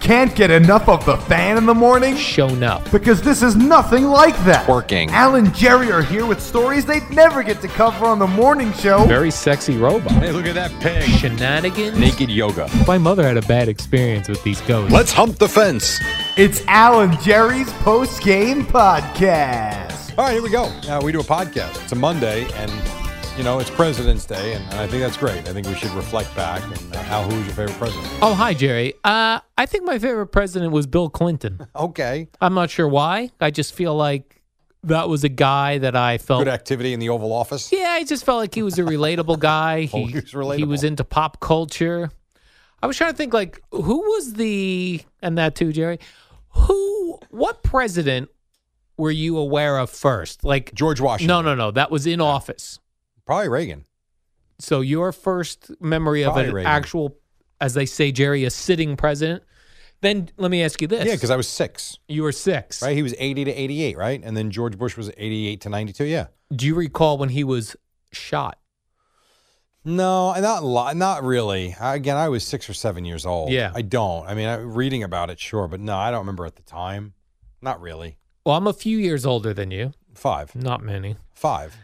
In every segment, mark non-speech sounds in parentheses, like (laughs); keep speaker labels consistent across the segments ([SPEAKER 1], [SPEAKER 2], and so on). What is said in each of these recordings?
[SPEAKER 1] Can't get enough of the fan in the morning?
[SPEAKER 2] shown up.
[SPEAKER 1] Because this is nothing like that.
[SPEAKER 3] Working.
[SPEAKER 1] Al and Jerry are here with stories they'd never get to cover on the morning show.
[SPEAKER 2] Very sexy robot.
[SPEAKER 3] Hey, look at that pig.
[SPEAKER 2] Shenanigans.
[SPEAKER 3] Naked yoga.
[SPEAKER 2] My mother had a bad experience with these ghosts.
[SPEAKER 3] Let's hump the fence.
[SPEAKER 1] It's Al and Jerry's post game podcast.
[SPEAKER 4] All right, here we go. Uh, we do a podcast. It's a Monday, and you know it's President's Day, and, and I think that's great. I think we should reflect back. And uh, Al, who was your favorite president?
[SPEAKER 2] Oh, hi, Jerry. Uh, I think my favorite president was Bill Clinton.
[SPEAKER 4] Okay,
[SPEAKER 2] I'm not sure why. I just feel like that was a guy that I felt.
[SPEAKER 4] good activity in the Oval Office.
[SPEAKER 2] yeah, I just felt like he was a relatable guy.
[SPEAKER 4] (laughs) Oh, he was
[SPEAKER 2] he was
[SPEAKER 4] relatable.
[SPEAKER 2] into pop culture. I was trying to think, like, who was the and that too, Jerry? Who? What president were you aware of first? Like
[SPEAKER 4] George Washington.
[SPEAKER 2] No, no, no. That was in office.
[SPEAKER 4] Probably Reagan.
[SPEAKER 2] So your first memory of
[SPEAKER 4] Probably
[SPEAKER 2] an
[SPEAKER 4] Reagan.
[SPEAKER 2] actual, as they say, Jerry, a sitting president. Then let me ask you this.
[SPEAKER 4] Yeah, because I was six.
[SPEAKER 2] you were six.
[SPEAKER 4] Right, he was eighty to eighty-eight. Right, and then George Bush was eighty-eight to ninety-two. Yeah.
[SPEAKER 2] Do you recall when he was shot?
[SPEAKER 4] No, not li- not really. I- Again, I was six or seven years old.
[SPEAKER 2] Yeah.
[SPEAKER 4] I don't. I mean, I, reading about it, sure, but no, I don't remember at the time. Not really.
[SPEAKER 2] Well, I'm a few years older than you.
[SPEAKER 4] Five,
[SPEAKER 2] Not many.
[SPEAKER 4] five.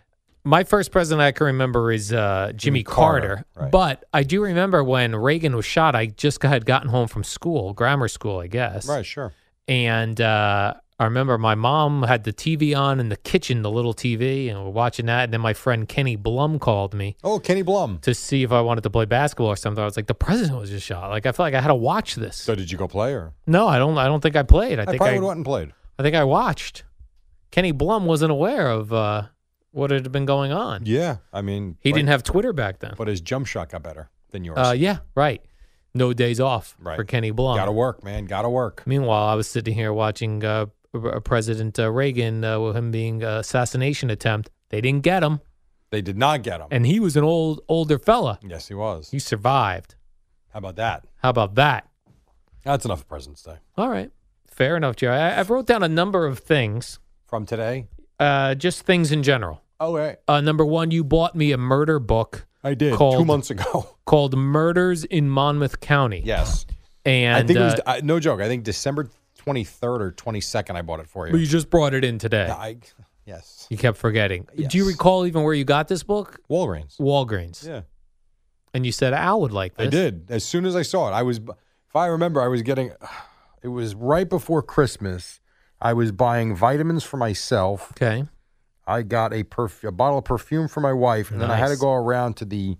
[SPEAKER 2] My first president I can remember is uh, Jimmy,
[SPEAKER 4] Jimmy
[SPEAKER 2] Carter.
[SPEAKER 4] Carter, right.
[SPEAKER 2] But I do remember when Reagan was shot. I just had gotten home from school, grammar school, I guess.
[SPEAKER 4] Right, sure.
[SPEAKER 2] and uh, I remember my mom had the TV on in the kitchen, the little TV, and we're watching that. And then my friend Kenny Blum called me
[SPEAKER 4] Oh, Kenny Blum.
[SPEAKER 2] to see if I wanted to play basketball or something. I was like, the president was just shot. Like I felt like I had to watch this.
[SPEAKER 4] So, did you go play or?
[SPEAKER 2] No, I don't. I don't think I played. I,
[SPEAKER 4] I,
[SPEAKER 2] think
[SPEAKER 4] probably
[SPEAKER 2] I.
[SPEAKER 4] would have went and played.
[SPEAKER 2] I think I watched. Kenny Blum wasn't aware of uh, what had been going on.
[SPEAKER 4] Yeah, I mean,
[SPEAKER 2] He
[SPEAKER 4] but-
[SPEAKER 2] didn't have Twitter back then.
[SPEAKER 4] But his jump shot got better than yours.
[SPEAKER 2] Uh, yeah, right. No days off
[SPEAKER 4] Right.
[SPEAKER 2] for Kenny Blum.
[SPEAKER 4] gotta work, man. Gotta work.
[SPEAKER 2] Meanwhile, I was sitting here watching uh, R- President uh, Reagan uh, with him being uh, assassination attempt. They didn't get him,
[SPEAKER 4] They did not get him.
[SPEAKER 2] and he was an old older fella.
[SPEAKER 4] yes, he was.
[SPEAKER 2] He survived.
[SPEAKER 4] How about that?
[SPEAKER 2] How about that?
[SPEAKER 4] That's enough of President's Day
[SPEAKER 2] All right, fair enough, Jerry. I, I wrote down a number of things,
[SPEAKER 4] from today.
[SPEAKER 2] uh, just things in general.
[SPEAKER 4] Oh wait,
[SPEAKER 2] Uh, number one, you bought me a murder book
[SPEAKER 4] I did two
[SPEAKER 2] Called-
[SPEAKER 4] months ago. (laughs)
[SPEAKER 2] called "Murders in Monmouth County."
[SPEAKER 4] yes,
[SPEAKER 2] and
[SPEAKER 4] I think it was
[SPEAKER 2] uh,
[SPEAKER 4] I, no joke. I think December twenty third or twenty second. I bought it for you.
[SPEAKER 2] but you just brought it in today.
[SPEAKER 4] I, yes,
[SPEAKER 2] You kept forgetting. Do you
[SPEAKER 4] Yes.
[SPEAKER 2] recall even where you got this book?
[SPEAKER 4] Walgreens.
[SPEAKER 2] Walgreens.
[SPEAKER 4] Yeah,
[SPEAKER 2] And you said Al would like this.
[SPEAKER 4] I did. As soon as I saw it, I was. If I remember, I was getting. (sighs) It was right before Christmas. I was buying vitamins for myself.
[SPEAKER 2] Okay.
[SPEAKER 4] I got a perf- a bottle of perfume for my wife, and then I had to
[SPEAKER 2] Nice.
[SPEAKER 4] go around to the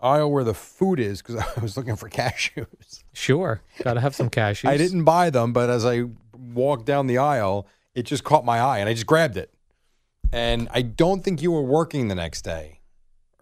[SPEAKER 4] aisle where the food is because (laughs) I was looking for cashews.
[SPEAKER 2] Sure. Got to have
[SPEAKER 4] (laughs)
[SPEAKER 2] some cashews.
[SPEAKER 4] I didn't buy them, but as I walked down the aisle, it just caught my eye, and I just grabbed it. And I don't think you were working the next day,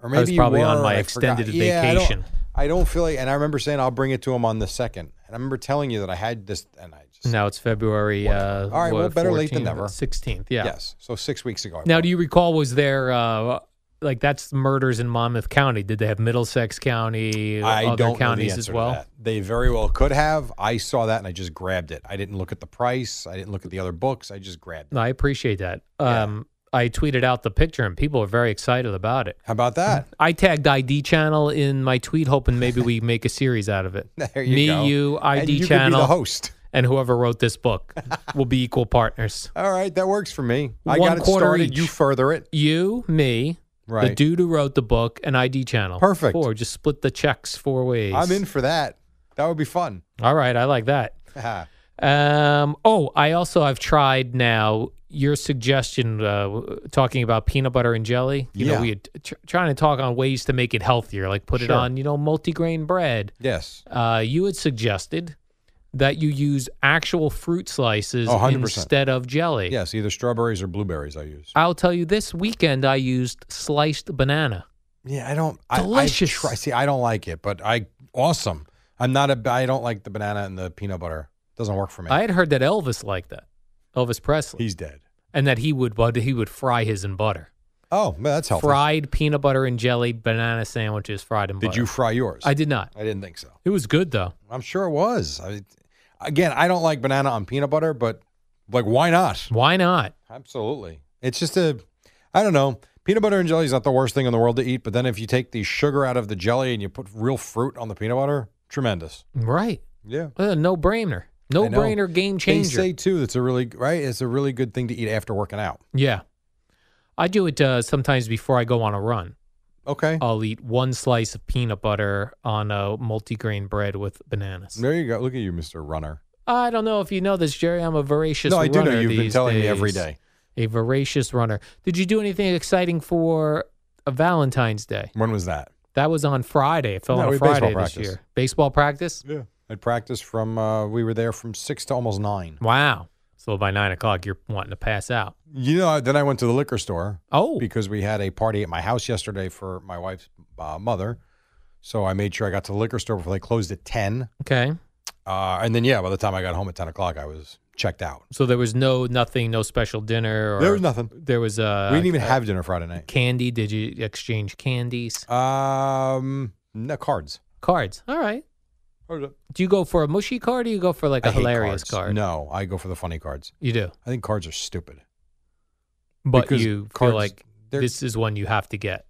[SPEAKER 4] or maybe
[SPEAKER 2] was
[SPEAKER 4] you
[SPEAKER 2] probably on
[SPEAKER 4] were,
[SPEAKER 2] my
[SPEAKER 4] and I forgot.
[SPEAKER 2] extended
[SPEAKER 4] Yeah, I don't-
[SPEAKER 2] vacation.
[SPEAKER 4] I don't feel like, and I remember saying I'll bring it to him on the second, and I remember telling you that I had this, and I just
[SPEAKER 2] Now it's February. Uh,
[SPEAKER 4] All right,
[SPEAKER 2] what,
[SPEAKER 4] well, better late than
[SPEAKER 2] 14th,
[SPEAKER 4] never.
[SPEAKER 2] 16th. Yeah.
[SPEAKER 4] yes, so six weeks ago. I
[SPEAKER 2] Now,
[SPEAKER 4] bought
[SPEAKER 2] do you recall, was there, uh, like, that's murders in Monmouth County? Did they have Middlesex County,
[SPEAKER 4] I
[SPEAKER 2] other
[SPEAKER 4] don't know the
[SPEAKER 2] counties
[SPEAKER 4] answer
[SPEAKER 2] as
[SPEAKER 4] to
[SPEAKER 2] well?
[SPEAKER 4] that. They very well could have. I saw that and I just grabbed it. I didn't look at the price. I didn't look at the other books. I just grabbed it.
[SPEAKER 2] No, I appreciate that.
[SPEAKER 4] Yeah.
[SPEAKER 2] Um, I tweeted out the picture, and people are very excited about it.
[SPEAKER 4] How about that? (laughs)
[SPEAKER 2] I tagged ID Channel in my tweet, hoping maybe we make a series out of it.
[SPEAKER 4] There you
[SPEAKER 2] Me,
[SPEAKER 4] go.
[SPEAKER 2] you,
[SPEAKER 4] and
[SPEAKER 2] ID
[SPEAKER 4] you could be
[SPEAKER 2] Channel,
[SPEAKER 4] the host.
[SPEAKER 2] and whoever wrote this
[SPEAKER 4] (laughs)
[SPEAKER 2] book will be equal partners.
[SPEAKER 4] All right, that works for me. I
[SPEAKER 2] One
[SPEAKER 4] got it
[SPEAKER 2] quarter
[SPEAKER 4] started.
[SPEAKER 2] each.
[SPEAKER 4] You further it.
[SPEAKER 2] You, me, the
[SPEAKER 4] Right.
[SPEAKER 2] dude who wrote the book and ID channel.
[SPEAKER 4] Perfect.
[SPEAKER 2] Four. Just split the checks four ways.
[SPEAKER 4] I'm in for that. That would be fun. (laughs)
[SPEAKER 2] All right, I like that.
[SPEAKER 4] Haha.
[SPEAKER 2] Um. Oh, I also I've tried now your suggestion uh, w- talking about peanut butter and jelly. You know,
[SPEAKER 4] Yeah.
[SPEAKER 2] we had tr- trying to talk on ways to make it healthier, like put it
[SPEAKER 4] Sure.
[SPEAKER 2] on you know multigrain bread.
[SPEAKER 4] yes.
[SPEAKER 2] Uh, you had suggested that you use actual fruit slices
[SPEAKER 4] Oh, 100%.
[SPEAKER 2] instead of jelly.
[SPEAKER 4] Yes, either strawberries or blueberries I use.
[SPEAKER 2] I'll tell you, this weekend I used sliced banana.
[SPEAKER 4] yeah, I don't I,
[SPEAKER 2] Delicious.
[SPEAKER 4] I, try, see, I don't like it, but I awesome. I'm not a. I don't like the banana and the peanut butter. Doesn't work for me.
[SPEAKER 2] I had heard that Elvis liked that, Elvis Presley,
[SPEAKER 4] He's dead.
[SPEAKER 2] and that he would but he would fry his in butter,
[SPEAKER 4] Oh, well, that's healthy.
[SPEAKER 2] fried peanut butter and jelly, banana sandwiches, fried in
[SPEAKER 4] Did
[SPEAKER 2] butter.
[SPEAKER 4] you fry yours?
[SPEAKER 2] I did not.
[SPEAKER 4] I didn't think so.
[SPEAKER 2] It was good though.
[SPEAKER 4] I'm sure it was. I, again, I don't like banana on peanut butter, but like, why not?
[SPEAKER 2] Why not?
[SPEAKER 4] Absolutely. It's just a, I don't know. Peanut butter and jelly is not the worst thing in the world to eat, but then if you take the sugar out of the jelly and you put real fruit on the peanut butter, tremendous.
[SPEAKER 2] Right.
[SPEAKER 4] Yeah.
[SPEAKER 2] Uh, no brainer. No
[SPEAKER 4] I know.
[SPEAKER 2] brainer game changer.
[SPEAKER 4] They say too that's a really right. It's a really good thing to eat after working out.
[SPEAKER 2] yeah. I do it uh, sometimes before I go on a run.
[SPEAKER 4] Okay.
[SPEAKER 2] I'll eat one slice of peanut butter on a multigrain bread with bananas.
[SPEAKER 4] there you go. Look at you, Mr. Runner.
[SPEAKER 2] I don't know if you know this, Jerry. I'm a voracious
[SPEAKER 4] no, I do know
[SPEAKER 2] runner
[SPEAKER 4] you've been
[SPEAKER 2] these
[SPEAKER 4] telling me every
[SPEAKER 2] days.
[SPEAKER 4] day.
[SPEAKER 2] A voracious runner. Did you do anything exciting for uh Valentine's Day?
[SPEAKER 4] When was that?
[SPEAKER 2] That was on Friday. It fell
[SPEAKER 4] No,
[SPEAKER 2] on
[SPEAKER 4] we
[SPEAKER 2] a
[SPEAKER 4] had baseball
[SPEAKER 2] Friday this
[SPEAKER 4] practice.
[SPEAKER 2] year. Baseball practice?
[SPEAKER 4] Yeah. I practiced from uh, we were there from six to almost nine.
[SPEAKER 2] Wow. So by nine o'clock, you're wanting to pass out.
[SPEAKER 4] You know, then I went to the liquor store
[SPEAKER 2] Oh,
[SPEAKER 4] because we had a party at my house yesterday for my wife's uh, mother. So I made sure I got to the liquor store before they closed at 10.
[SPEAKER 2] okay.
[SPEAKER 4] Uh, and then, yeah, by the time I got home at 10 o'clock, I was checked out.
[SPEAKER 2] So there was no nothing, no special dinner. Or
[SPEAKER 4] there was nothing.
[SPEAKER 2] There was uh,
[SPEAKER 4] we didn't even have dinner Friday night.
[SPEAKER 2] candy. Did you exchange candies,
[SPEAKER 4] Um, no cards.
[SPEAKER 2] cards? All right. Do you go for a mushy card or you go for like a
[SPEAKER 4] I hate
[SPEAKER 2] hilarious
[SPEAKER 4] cards.
[SPEAKER 2] card?
[SPEAKER 4] No, I go for the funny cards.
[SPEAKER 2] you do,
[SPEAKER 4] I think cards are stupid.
[SPEAKER 2] but
[SPEAKER 4] Because
[SPEAKER 2] you
[SPEAKER 4] cards,
[SPEAKER 2] feel like
[SPEAKER 4] they're-
[SPEAKER 2] this is one you have to get.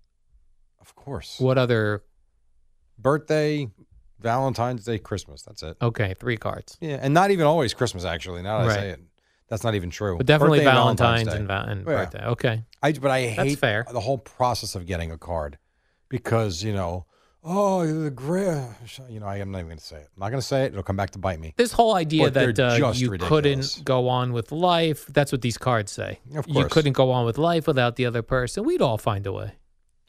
[SPEAKER 4] Of course.
[SPEAKER 2] What other?
[SPEAKER 4] Birthday, Valentine's Day, Christmas. That's it.
[SPEAKER 2] Okay, three cards,
[SPEAKER 4] Yeah, and not even always Christmas. Actually, now that I say
[SPEAKER 2] Right.
[SPEAKER 4] it, that's not even true.
[SPEAKER 2] but definitely
[SPEAKER 4] Birthday and
[SPEAKER 2] Valentine's,
[SPEAKER 4] Day.
[SPEAKER 2] and, va- and
[SPEAKER 4] Yeah.
[SPEAKER 2] birthday. Okay,
[SPEAKER 4] I but I
[SPEAKER 2] That's
[SPEAKER 4] hate
[SPEAKER 2] fair.
[SPEAKER 4] the whole process of getting a card because you know oh the great you know I'm not even gonna say it. I'm not gonna say it. It'll come back to bite me.
[SPEAKER 2] this whole idea
[SPEAKER 4] But they're
[SPEAKER 2] that uh,
[SPEAKER 4] just
[SPEAKER 2] you
[SPEAKER 4] ridiculous.
[SPEAKER 2] couldn't go on with life—that's what these cards say.
[SPEAKER 4] Of
[SPEAKER 2] you
[SPEAKER 4] course.
[SPEAKER 2] couldn't go on with life without the other person. We'd all find a way,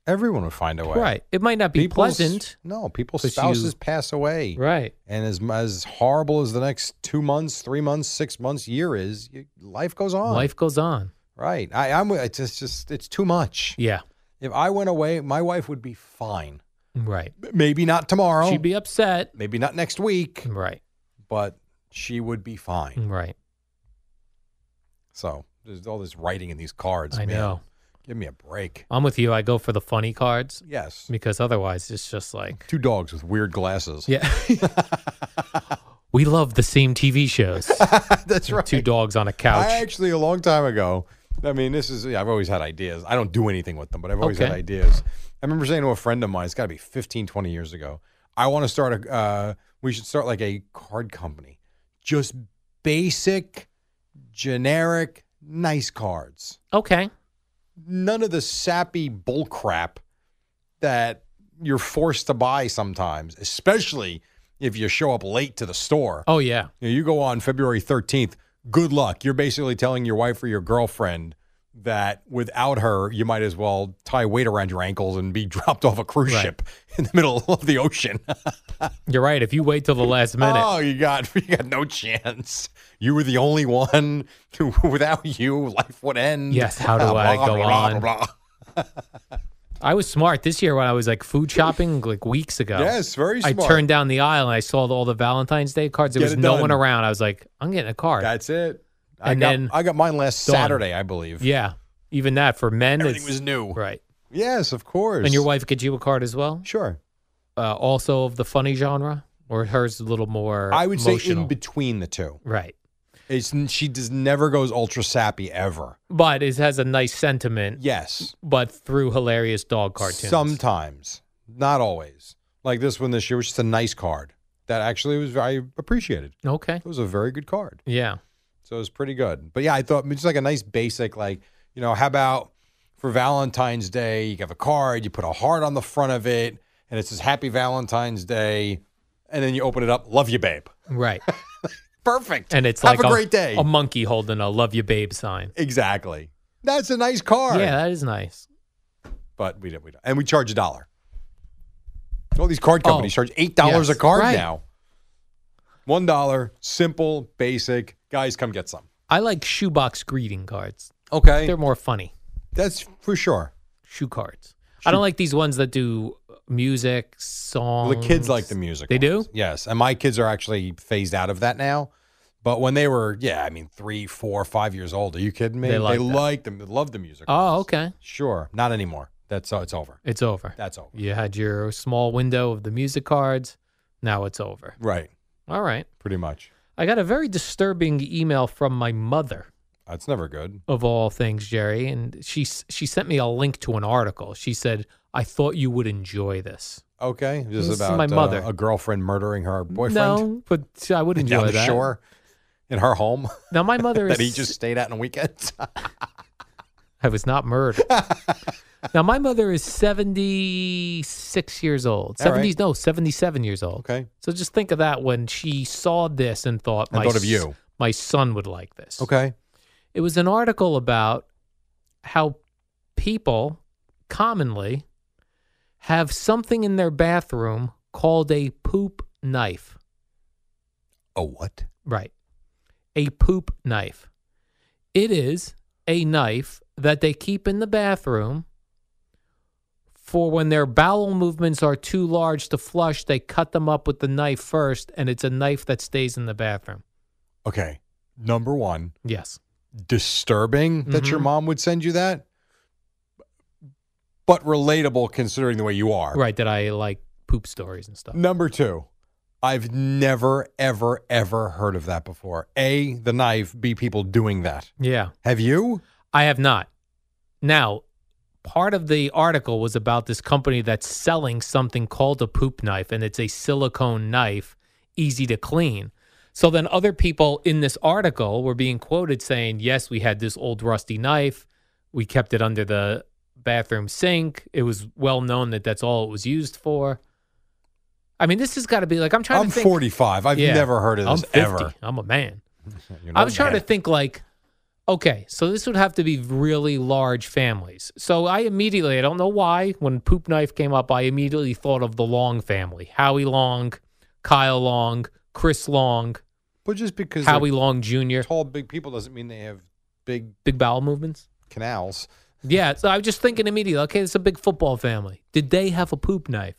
[SPEAKER 4] Everyone would find a way.
[SPEAKER 2] right? It might not be
[SPEAKER 4] People's-
[SPEAKER 2] pleasant,
[SPEAKER 4] No, people's
[SPEAKER 2] 'cause you-
[SPEAKER 4] spouses pass away,
[SPEAKER 2] right?
[SPEAKER 4] and as as horrible as the next two months, three months, six months, year is, you, life goes on.
[SPEAKER 2] Life goes on.
[SPEAKER 4] right? I, I'm. It's just, just it's too much.
[SPEAKER 2] Yeah,
[SPEAKER 4] If I went away, my wife would be fine.
[SPEAKER 2] right.
[SPEAKER 4] Maybe not tomorrow.
[SPEAKER 2] She'd be Mm. upset.
[SPEAKER 4] maybe not next week,
[SPEAKER 2] Right,
[SPEAKER 4] but she would be fine.
[SPEAKER 2] right.
[SPEAKER 4] So there's all this writing in these cards.
[SPEAKER 2] I
[SPEAKER 4] man.
[SPEAKER 2] know.
[SPEAKER 4] Give me a break.
[SPEAKER 2] I'm with you. I go for the funny cards
[SPEAKER 4] Yes.
[SPEAKER 2] because otherwise it's just like,
[SPEAKER 4] Two dogs with weird glasses.
[SPEAKER 2] yeah. we love the same TV shows.
[SPEAKER 4] (laughs) That's (laughs) right.
[SPEAKER 2] Two dogs on a couch.
[SPEAKER 4] I actually a long time ago. I mean, this is I've always had ideas. I don't do anything with them, but I've always had
[SPEAKER 2] Okay.
[SPEAKER 4] ideas. I remember saying to a friend of mine, it's got to be 15, 20 years ago. I want to start a. Uh, we should start like a card company, just basic, generic, nice cards.
[SPEAKER 2] okay.
[SPEAKER 4] none of the sappy bullcrap that you're forced to buy sometimes, especially if you show up late to the store.
[SPEAKER 2] Oh yeah.
[SPEAKER 4] You, know, you go on February 13th, good luck. You're basically telling your wife or your girlfriend that without her, you might as well tie weight around your ankles and be (laughs) dropped off a cruise
[SPEAKER 2] Right.
[SPEAKER 4] ship in the middle of the
[SPEAKER 2] (laughs)
[SPEAKER 4] ocean.
[SPEAKER 2] You're right. If you wait till the last minute,
[SPEAKER 4] Oh, you got (laughs) you got no chance. You were the only one. (laughs) who- Without you, life would end.
[SPEAKER 2] Yes, how do I go on? I was smart this year when I was like food shopping like weeks ago.
[SPEAKER 4] Yes, very
[SPEAKER 2] I
[SPEAKER 4] smart.
[SPEAKER 2] turned down the aisle and I saw all the Valentine's Day cards. There
[SPEAKER 4] Get
[SPEAKER 2] was
[SPEAKER 4] it
[SPEAKER 2] no
[SPEAKER 4] done.
[SPEAKER 2] one around. I was like, I'm getting a card.
[SPEAKER 4] That's it. I
[SPEAKER 2] And
[SPEAKER 4] got,
[SPEAKER 2] then-
[SPEAKER 4] I got mine last
[SPEAKER 2] Done.
[SPEAKER 4] Saturday, I believe.
[SPEAKER 2] yeah. Even that for men
[SPEAKER 4] everything
[SPEAKER 2] it's-
[SPEAKER 4] was new.
[SPEAKER 2] right.
[SPEAKER 4] Yes, of course.
[SPEAKER 2] And your wife gets you a card as well?
[SPEAKER 4] Sure.
[SPEAKER 2] uh, also of the funny genre, or hers a little more.
[SPEAKER 4] I would say
[SPEAKER 2] emotional?
[SPEAKER 4] in between the two.
[SPEAKER 2] right,
[SPEAKER 4] It's she just never goes ultra sappy ever.
[SPEAKER 2] but it has a nice sentiment,
[SPEAKER 4] Yes,
[SPEAKER 2] but through hilarious dog cartoons.
[SPEAKER 4] sometimes, not always. Like this one this year was just a nice card that actually was I appreciated.
[SPEAKER 2] okay,
[SPEAKER 4] It was a very good card.
[SPEAKER 2] yeah,
[SPEAKER 4] So it was pretty good. But yeah, I thought just like a nice basic, like, you know, how about for Valentine's Day, you have a card, you put a heart on the front of it, and it says Happy Valentine's Day. And then you open it up, love you, babe.
[SPEAKER 2] right.
[SPEAKER 4] (laughs) Perfect.
[SPEAKER 2] And it's
[SPEAKER 4] have
[SPEAKER 2] like
[SPEAKER 4] a great day.
[SPEAKER 2] A monkey holding a "Love You, Babe" sign.
[SPEAKER 4] exactly. That's a nice card.
[SPEAKER 2] Yeah, that is nice.
[SPEAKER 4] But we don't, we don't. And we charge a dollar. All these card companies
[SPEAKER 2] Oh,
[SPEAKER 4] charge $8 a
[SPEAKER 2] yes,
[SPEAKER 4] card
[SPEAKER 2] right.
[SPEAKER 4] now. $1, simple, basic. Guys, come get some.
[SPEAKER 2] I like shoebox greeting cards.
[SPEAKER 4] Okay.
[SPEAKER 2] They're more funny.
[SPEAKER 4] That's for sure.
[SPEAKER 2] Shoe cards. I don't like these ones that do music, songs.
[SPEAKER 4] Well, the kids like the music.
[SPEAKER 2] They do?
[SPEAKER 4] ones. Yes. And my kids are actually phased out of that now. But when they were, yeah, I mean, three, four, five years old, are you kidding me?
[SPEAKER 2] They like that.
[SPEAKER 4] liked them. They loved the music.
[SPEAKER 2] Oh,
[SPEAKER 4] ones.
[SPEAKER 2] okay.
[SPEAKER 4] Sure. Not anymore. That's uh, it's over.
[SPEAKER 2] It's over.
[SPEAKER 4] That's over.
[SPEAKER 2] You had your small window of the music cards. Now it's over.
[SPEAKER 4] Right.
[SPEAKER 2] All right.
[SPEAKER 4] Pretty much.
[SPEAKER 2] I got a very disturbing email from my mother.
[SPEAKER 4] That's never good.
[SPEAKER 2] of all things, Jerry, and she s- she sent me a link to an article. She said, "I thought you would enjoy this."
[SPEAKER 4] Okay. This,
[SPEAKER 2] This is
[SPEAKER 4] about
[SPEAKER 2] my
[SPEAKER 4] uh,
[SPEAKER 2] mother.
[SPEAKER 4] a girlfriend murdering her boyfriend (laughs)
[SPEAKER 2] No, but I would enjoy
[SPEAKER 4] down the
[SPEAKER 2] that.
[SPEAKER 4] shore in her home
[SPEAKER 2] Now my mother is
[SPEAKER 4] (laughs) that he just stayed at on weekends.
[SPEAKER 2] (laughs) I was not
[SPEAKER 4] (laughs)
[SPEAKER 2] murdered. now my mother is 76 years old.
[SPEAKER 4] All right.
[SPEAKER 2] 70s no, 77 years old.
[SPEAKER 4] okay.
[SPEAKER 2] So just think of that when she saw this and thought
[SPEAKER 4] And
[SPEAKER 2] my
[SPEAKER 4] thought of
[SPEAKER 2] s-
[SPEAKER 4] you.
[SPEAKER 2] my son would like this.
[SPEAKER 4] Okay.
[SPEAKER 2] It was an article about how people commonly have something in their bathroom called a poop knife.
[SPEAKER 4] Oh, what?
[SPEAKER 2] Right. A poop knife. It is a knife that they keep in the bathroom for when their bowel movements are too large to flush, they cut them up with the knife first, and it's a knife that stays in the bathroom.
[SPEAKER 4] Okay. Number one.
[SPEAKER 2] Yes.
[SPEAKER 4] disturbing that your
[SPEAKER 2] Mhm.
[SPEAKER 4] mom would send you that, but relatable considering the way you are.
[SPEAKER 2] Right, that I like poop stories and stuff.
[SPEAKER 4] Number two, I've never, ever, ever heard of that before. A, the knife, B, people doing that.
[SPEAKER 2] Yeah.
[SPEAKER 4] Have you?
[SPEAKER 2] I have not. Now, part of the article was about this company that's selling something called a poop knife, and it's a silicone knife, easy to clean. So then other people in this article were being quoted saying, Yes, we had this old rusty knife. We kept it under the bathroom sink. It was well known that that's all it was used for. I mean, this has got to be like, I'm trying
[SPEAKER 4] I'm
[SPEAKER 2] to think.
[SPEAKER 4] 45. I've
[SPEAKER 2] Yeah.
[SPEAKER 4] never heard of
[SPEAKER 2] I'm
[SPEAKER 4] this
[SPEAKER 2] 50.
[SPEAKER 4] ever.
[SPEAKER 2] I'm a man.
[SPEAKER 4] You know,
[SPEAKER 2] I was trying
[SPEAKER 4] man.
[SPEAKER 2] to think like, okay, so this would have to be really large families. So I immediately, I don't know why, when Poop Knife came up, I immediately thought of the Long family: Howie Long, Kyle Long, Chris Long,
[SPEAKER 4] But just because
[SPEAKER 2] Howie
[SPEAKER 4] Howie
[SPEAKER 2] Long Jr.
[SPEAKER 4] tall, big people doesn't mean they have big
[SPEAKER 2] Big bowel movements.
[SPEAKER 4] canals.
[SPEAKER 2] Yeah, so I was just thinking immediately, okay, it's a big football family. Did they have a poop knife?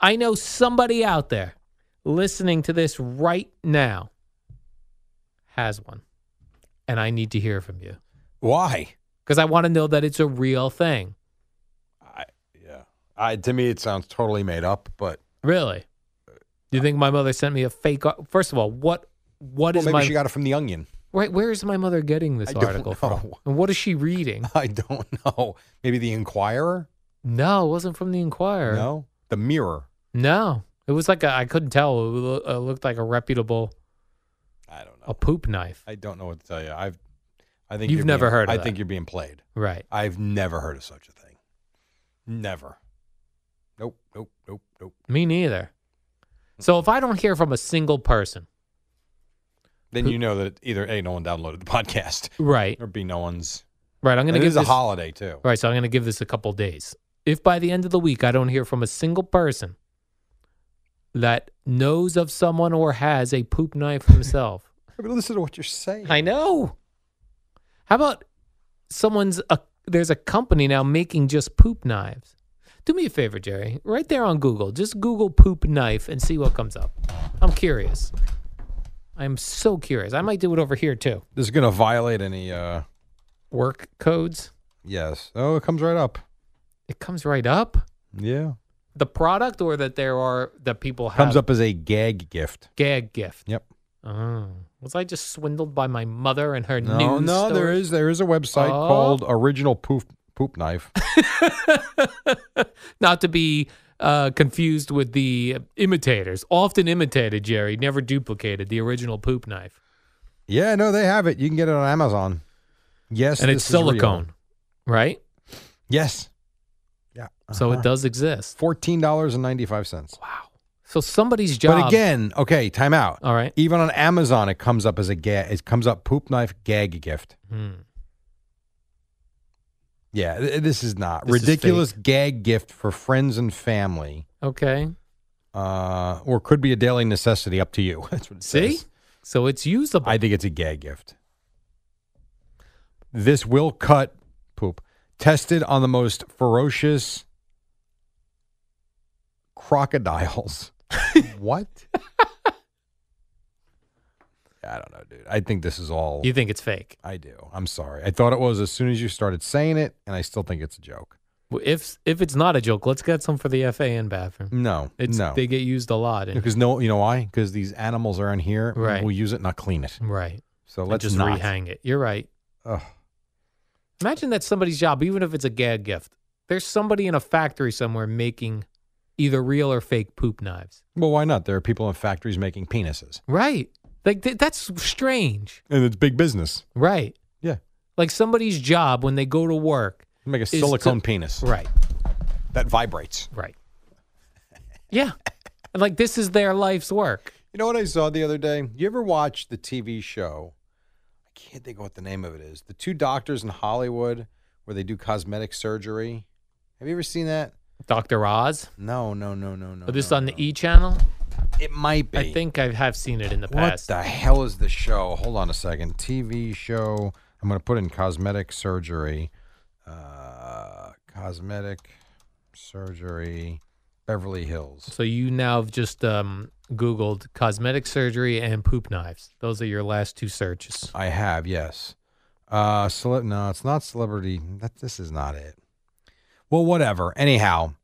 [SPEAKER 2] I know somebody out there listening to this right now has one, and I need to hear from you.
[SPEAKER 4] Why?
[SPEAKER 2] because I want to know that it's a real thing.
[SPEAKER 4] Yeah. I, to me, it sounds totally made up, but
[SPEAKER 2] Really? Do you think my mother sent me a fake? ar- First of all, what what
[SPEAKER 4] well,
[SPEAKER 2] is
[SPEAKER 4] maybe
[SPEAKER 2] my
[SPEAKER 4] she got it from The Onion. (laughs)
[SPEAKER 2] right? Where is my mother getting this
[SPEAKER 4] I don't
[SPEAKER 2] article from?
[SPEAKER 4] know.
[SPEAKER 2] And what is she reading?
[SPEAKER 4] I don't know. Maybe The Inquirer?
[SPEAKER 2] No, it wasn't from the Inquirer.
[SPEAKER 4] No. The Mirror.
[SPEAKER 2] no, it was like a, I couldn't tell. It lo- uh, looked like a reputable
[SPEAKER 4] I don't know.
[SPEAKER 2] a poop knife,
[SPEAKER 4] I don't know what to tell you. I've, I think
[SPEAKER 2] You've
[SPEAKER 4] you're
[SPEAKER 2] never
[SPEAKER 4] being-
[SPEAKER 2] heard of
[SPEAKER 4] I
[SPEAKER 2] that.
[SPEAKER 4] think you're being played.
[SPEAKER 2] right?
[SPEAKER 4] I've never heard of such a thing. Never. Nope. Nope. Nope. Nope.
[SPEAKER 2] Me neither. So if I don't hear from a single person,
[SPEAKER 4] Then
[SPEAKER 2] Who-
[SPEAKER 4] you know that either a no one downloaded the (laughs) podcast
[SPEAKER 2] right,
[SPEAKER 4] or b no one's.
[SPEAKER 2] right, I'm
[SPEAKER 4] And
[SPEAKER 2] going to
[SPEAKER 4] it
[SPEAKER 2] give
[SPEAKER 4] is a
[SPEAKER 2] this
[SPEAKER 4] holiday too.
[SPEAKER 2] All right, so I'm going to give this a couple days. If by the end of the week I don't hear from a single person that knows of someone or has a poop (laughs) knife himself,
[SPEAKER 4] But listen to what you're saying.
[SPEAKER 2] I know. How about someone's a, there's a company now making just poop knives. Do me a favor, Jerry. Right there on Google, just Google poop knife and see what comes up. I'm curious. I'm so curious. I might do it over here too.
[SPEAKER 4] This is going to violate any. uh
[SPEAKER 2] Work codes.
[SPEAKER 4] Yes. Oh, it comes right up.
[SPEAKER 2] It comes right up.
[SPEAKER 4] Yeah.
[SPEAKER 2] the product or that there are that people have
[SPEAKER 4] Comes up as a gag gift.
[SPEAKER 2] gag gift.
[SPEAKER 4] Yep.
[SPEAKER 2] Oh, was I just swindled by my mother and her
[SPEAKER 4] No,
[SPEAKER 2] news?
[SPEAKER 4] no, there
[SPEAKER 2] story?
[SPEAKER 4] is there is a website
[SPEAKER 2] Oh.
[SPEAKER 4] called Original Poop Poop Knife.
[SPEAKER 2] Not to be uh, confused with the imitators, often imitated, Jerry, never duplicated. The original poop knife,
[SPEAKER 4] yeah, no, they have it. You can get it on Amazon. Yes,
[SPEAKER 2] and it's
[SPEAKER 4] this is real.
[SPEAKER 2] silicone, right?
[SPEAKER 4] Yes. Yeah.
[SPEAKER 2] So it does exist.
[SPEAKER 4] Fourteen dollars and ninety five cents.
[SPEAKER 2] Wow. So somebody's job.
[SPEAKER 4] But again, okay, time out.
[SPEAKER 2] all right.
[SPEAKER 4] Even on Amazon, it comes up as a gag. It comes up poop knife gag gift.
[SPEAKER 2] Hmm.
[SPEAKER 4] Yeah, th- this is not
[SPEAKER 2] This is
[SPEAKER 4] ridiculous gag gift for friends and family,
[SPEAKER 2] Okay.
[SPEAKER 4] uh, or could be a daily necessity. Up to you. (laughs) That's what it
[SPEAKER 2] See,
[SPEAKER 4] says.
[SPEAKER 2] so it's usable.
[SPEAKER 4] I think it's a gag gift. This will cut poop. Tested on the most ferocious
[SPEAKER 2] (laughs)
[SPEAKER 4] crocodiles. what? I don't know, dude. I think this is all.
[SPEAKER 2] You think it's fake?
[SPEAKER 4] I do. I'm sorry. I thought it was as soon as you started saying it, and I still think it's a joke.
[SPEAKER 2] Well, If if it's not a joke, let's get some for the FAN bathroom.
[SPEAKER 4] No,
[SPEAKER 2] It's
[SPEAKER 4] Mm, no,
[SPEAKER 2] they get used a lot. In,
[SPEAKER 4] because no, you know why? Because these animals are in here.
[SPEAKER 2] Right.
[SPEAKER 4] We'll use it, not clean it.
[SPEAKER 2] right.
[SPEAKER 4] So
[SPEAKER 2] And
[SPEAKER 4] let's
[SPEAKER 2] just
[SPEAKER 4] not.
[SPEAKER 2] rehang it. You're right.
[SPEAKER 4] Ugh.
[SPEAKER 2] Imagine that's somebody's job, even if it's a gag gift. There's somebody in a factory somewhere making either real or fake poop knives.
[SPEAKER 4] Well, why not? There are people in factories making penises,
[SPEAKER 2] Right. Like th- that's strange.
[SPEAKER 4] and it's big business.
[SPEAKER 2] Right.
[SPEAKER 4] Yeah,
[SPEAKER 2] Like somebody's job when they go to work.
[SPEAKER 4] make a
[SPEAKER 2] to-
[SPEAKER 4] silicone penis
[SPEAKER 2] Right.
[SPEAKER 4] that vibrates.
[SPEAKER 2] Right. Yeah. And like this is their life's work.
[SPEAKER 4] You know what I saw the other day? You ever watch the TV show? I can't think of what the name of it is. The two doctors in Hollywood where they do cosmetic surgery. Have you ever seen that?
[SPEAKER 2] Dr. Oz.
[SPEAKER 4] No, no, no, no, no.
[SPEAKER 2] Is this
[SPEAKER 4] no,
[SPEAKER 2] on
[SPEAKER 4] no.
[SPEAKER 2] the E channel?
[SPEAKER 4] It might be.
[SPEAKER 2] I think I have seen it in the
[SPEAKER 4] What
[SPEAKER 2] past.
[SPEAKER 4] the hell is the show? Hold on a second. TV show. I'm going to put in cosmetic surgery. Uh, cosmetic surgery. Beverly Hills.
[SPEAKER 2] So you now have just um, Googled cosmetic surgery and poop knives. Those are your last two searches.
[SPEAKER 4] I have, yes. Uh, cele- no, it's not celebrity. That this is not it. Well, whatever. Anyhow,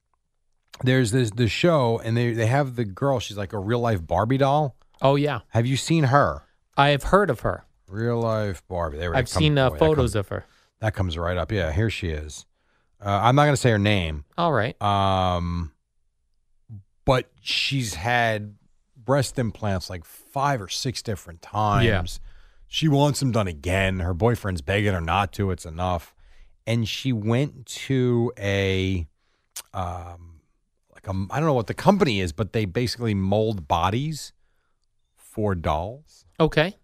[SPEAKER 4] there's this the show, and they they have the girl. She's like a real life Barbie doll.
[SPEAKER 2] Oh yeah,
[SPEAKER 4] Have you seen her?
[SPEAKER 2] I have heard of her.
[SPEAKER 4] Real life Barbie. There we
[SPEAKER 2] I've
[SPEAKER 4] go.
[SPEAKER 2] seen uh,
[SPEAKER 4] Boy, that
[SPEAKER 2] photos
[SPEAKER 4] comes-
[SPEAKER 2] of her.
[SPEAKER 4] That comes right up. Yeah, here she is. Uh, I'm not gonna say her name.
[SPEAKER 2] All right.
[SPEAKER 4] Um, but she's had breast implants like five or six different times. She wants them done again. Her boyfriend's begging her not to. It's enough. And she went to a, um, like a, I don't know what the company is, but they basically mold bodies for dolls.
[SPEAKER 2] Okay.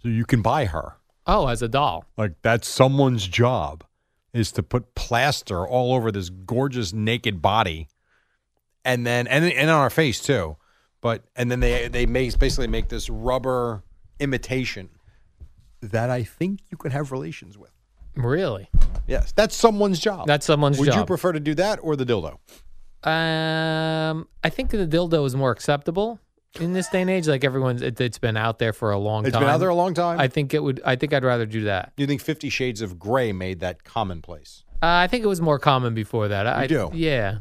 [SPEAKER 4] So you can buy her.
[SPEAKER 2] Oh, as a doll.
[SPEAKER 4] Like that's someone's job is to put plaster all over this gorgeous naked body and then and, and on our face too. But and then they they make basically make this rubber imitation that I think you could have relations with.
[SPEAKER 2] Really?
[SPEAKER 4] Yes, that's someone's job.
[SPEAKER 2] That's someone's
[SPEAKER 4] Would you
[SPEAKER 2] job.
[SPEAKER 4] prefer to do that or the dildo?
[SPEAKER 2] um, I think the dildo is more acceptable in this day and age. Like everyone's, it, it's been out there for a long
[SPEAKER 4] It's
[SPEAKER 2] time.
[SPEAKER 4] been out there a long time.
[SPEAKER 2] I think it would. I think I'd rather do that.
[SPEAKER 4] you think 50 shades of gray made that commonplace?
[SPEAKER 2] Uh, I think it was more common before that. I
[SPEAKER 4] You do?
[SPEAKER 2] Yeah.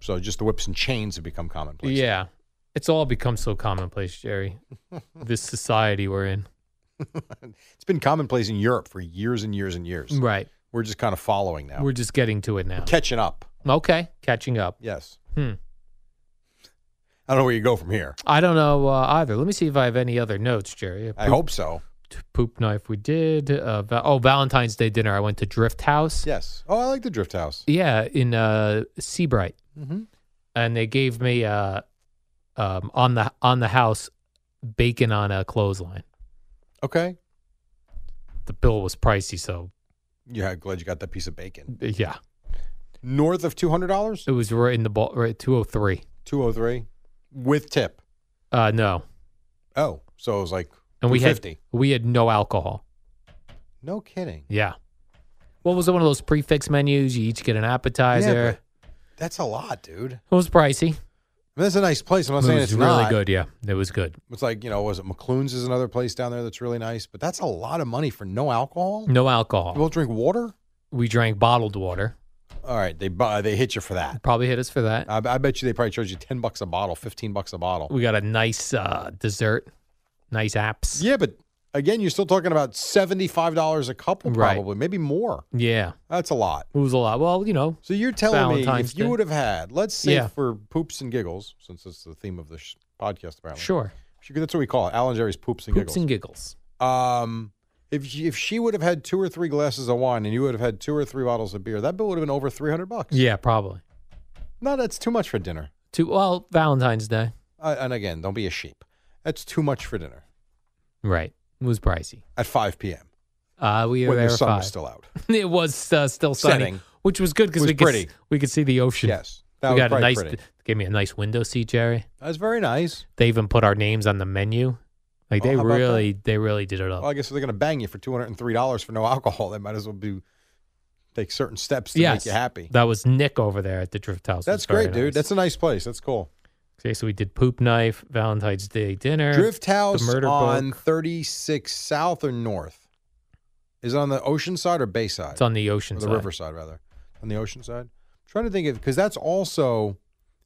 [SPEAKER 4] So just the whips and chains have become commonplace.
[SPEAKER 2] Yeah. It's all become so commonplace,
[SPEAKER 4] (laughs)
[SPEAKER 2] Jerry. this society we're in.
[SPEAKER 4] It's been commonplace in Europe for years and years and years.
[SPEAKER 2] Right.
[SPEAKER 4] We're just kind of following now.
[SPEAKER 2] We're just getting to it now.
[SPEAKER 4] catching up.
[SPEAKER 2] Okay. Catching up.
[SPEAKER 4] Yes.
[SPEAKER 2] Hmm.
[SPEAKER 4] I don't know where you go from here.
[SPEAKER 2] I don't know uh, either. Let me see if I have any other notes, Jerry.
[SPEAKER 4] I hope so.
[SPEAKER 2] Poop knife we did. Uh, va- oh, Valentine's Day dinner. I went to Drift House.
[SPEAKER 4] Yes. Oh, I like the drift house.
[SPEAKER 2] Yeah, in uh, Seabright,
[SPEAKER 4] Mm-hmm.
[SPEAKER 2] and they gave me uh, um, on the on the house bacon on a clothesline.
[SPEAKER 4] Okay.
[SPEAKER 2] The bill was pricey, so
[SPEAKER 4] Yeah, glad you got that piece of bacon.
[SPEAKER 2] yeah,
[SPEAKER 4] North of two hundred dollars,
[SPEAKER 2] it was right in the ball, right two hundred three.
[SPEAKER 4] two hundred three, with tip.
[SPEAKER 2] Uh, no,
[SPEAKER 4] Oh, so it was like
[SPEAKER 2] and we had
[SPEAKER 4] 250.
[SPEAKER 2] we had no alcohol.
[SPEAKER 4] No kidding.
[SPEAKER 2] Yeah, what was it? One of those prefix menus. You each get an appetizer.
[SPEAKER 4] but that's a lot, dude. I mean,
[SPEAKER 2] it was pricey.
[SPEAKER 4] that's a nice place. I'm not
[SPEAKER 2] it
[SPEAKER 4] saying
[SPEAKER 2] was
[SPEAKER 4] it's
[SPEAKER 2] really
[SPEAKER 4] not.
[SPEAKER 2] good. Yeah, it was good.
[SPEAKER 4] It's like you know, was it McClune's is another place down there that's really nice, but that's a lot of money for no alcohol.
[SPEAKER 2] No alcohol.
[SPEAKER 4] People drink water.
[SPEAKER 2] we drank bottled water.
[SPEAKER 4] All right, they bu- they hit you for that.
[SPEAKER 2] Probably hit us for that.
[SPEAKER 4] I, I bet you they probably charge you ten bucks a bottle, fifteen bucks a bottle.
[SPEAKER 2] we got a nice uh, dessert, nice apps.
[SPEAKER 4] Yeah, but again, you're still talking about seventy-five dollars a couple,
[SPEAKER 2] Right.
[SPEAKER 4] probably, maybe more.
[SPEAKER 2] Yeah,
[SPEAKER 4] That's a lot.
[SPEAKER 2] it was a lot. Well, you know,
[SPEAKER 4] So you're telling
[SPEAKER 2] Valentine's
[SPEAKER 4] me if you
[SPEAKER 2] Day.
[SPEAKER 4] would have had, let's say
[SPEAKER 2] Yeah.
[SPEAKER 4] for poops and giggles, since that's the theme of this sh- podcast, apparently.
[SPEAKER 2] sure,
[SPEAKER 4] She- That's what we call it, Alan Jerry's poops and
[SPEAKER 2] poops
[SPEAKER 4] giggles.
[SPEAKER 2] and giggles.
[SPEAKER 4] um, if she, if she would have had two or three glasses of wine and you would have had two or three bottles of beer, that bill would have been over three hundred bucks.
[SPEAKER 2] Yeah, probably.
[SPEAKER 4] No, that's too much for dinner.
[SPEAKER 2] To well, Valentine's Day.
[SPEAKER 4] Uh, and again, don't be a sheep. That's too much for dinner
[SPEAKER 2] Right, it was pricey.
[SPEAKER 4] at five p.m.
[SPEAKER 2] Uh, we were
[SPEAKER 4] when
[SPEAKER 2] there
[SPEAKER 4] the
[SPEAKER 2] at
[SPEAKER 4] sun
[SPEAKER 2] five.
[SPEAKER 4] was still out.
[SPEAKER 2] (laughs) it was uh, still sunny,
[SPEAKER 4] Setting.
[SPEAKER 2] which was good because
[SPEAKER 4] Was
[SPEAKER 2] we could
[SPEAKER 4] pretty.
[SPEAKER 2] s- we could see the ocean.
[SPEAKER 4] Yes, that
[SPEAKER 2] we
[SPEAKER 4] was
[SPEAKER 2] got a
[SPEAKER 4] probably
[SPEAKER 2] nice.
[SPEAKER 4] pretty.
[SPEAKER 2] Gave me a nice window seat, Jerry.
[SPEAKER 4] That's very nice.
[SPEAKER 2] They even put our names on the menu. Like
[SPEAKER 4] Oh,
[SPEAKER 2] they
[SPEAKER 4] how about that?
[SPEAKER 2] really, they really did it up.
[SPEAKER 4] (laughs) Well, I guess if they're going to bang you for two hundred and three dollars for no alcohol. They might as well be take certain steps to
[SPEAKER 2] yes,
[SPEAKER 4] make you happy.
[SPEAKER 2] That was Nick over there at the Drift House. It
[SPEAKER 4] That's
[SPEAKER 2] was very
[SPEAKER 4] great, dude.
[SPEAKER 2] nice.
[SPEAKER 4] That's a nice place. That's cool.
[SPEAKER 2] okay. So we did Poop Knife, Valentine's Day dinner,
[SPEAKER 4] Drift House
[SPEAKER 2] the Murder
[SPEAKER 4] on
[SPEAKER 2] Book.
[SPEAKER 4] 36 South or North? Is it on the ocean side or bay side?
[SPEAKER 2] It's on the ocean
[SPEAKER 4] or
[SPEAKER 2] side.
[SPEAKER 4] the river side rather. On the ocean side. I'm trying to think of because that's also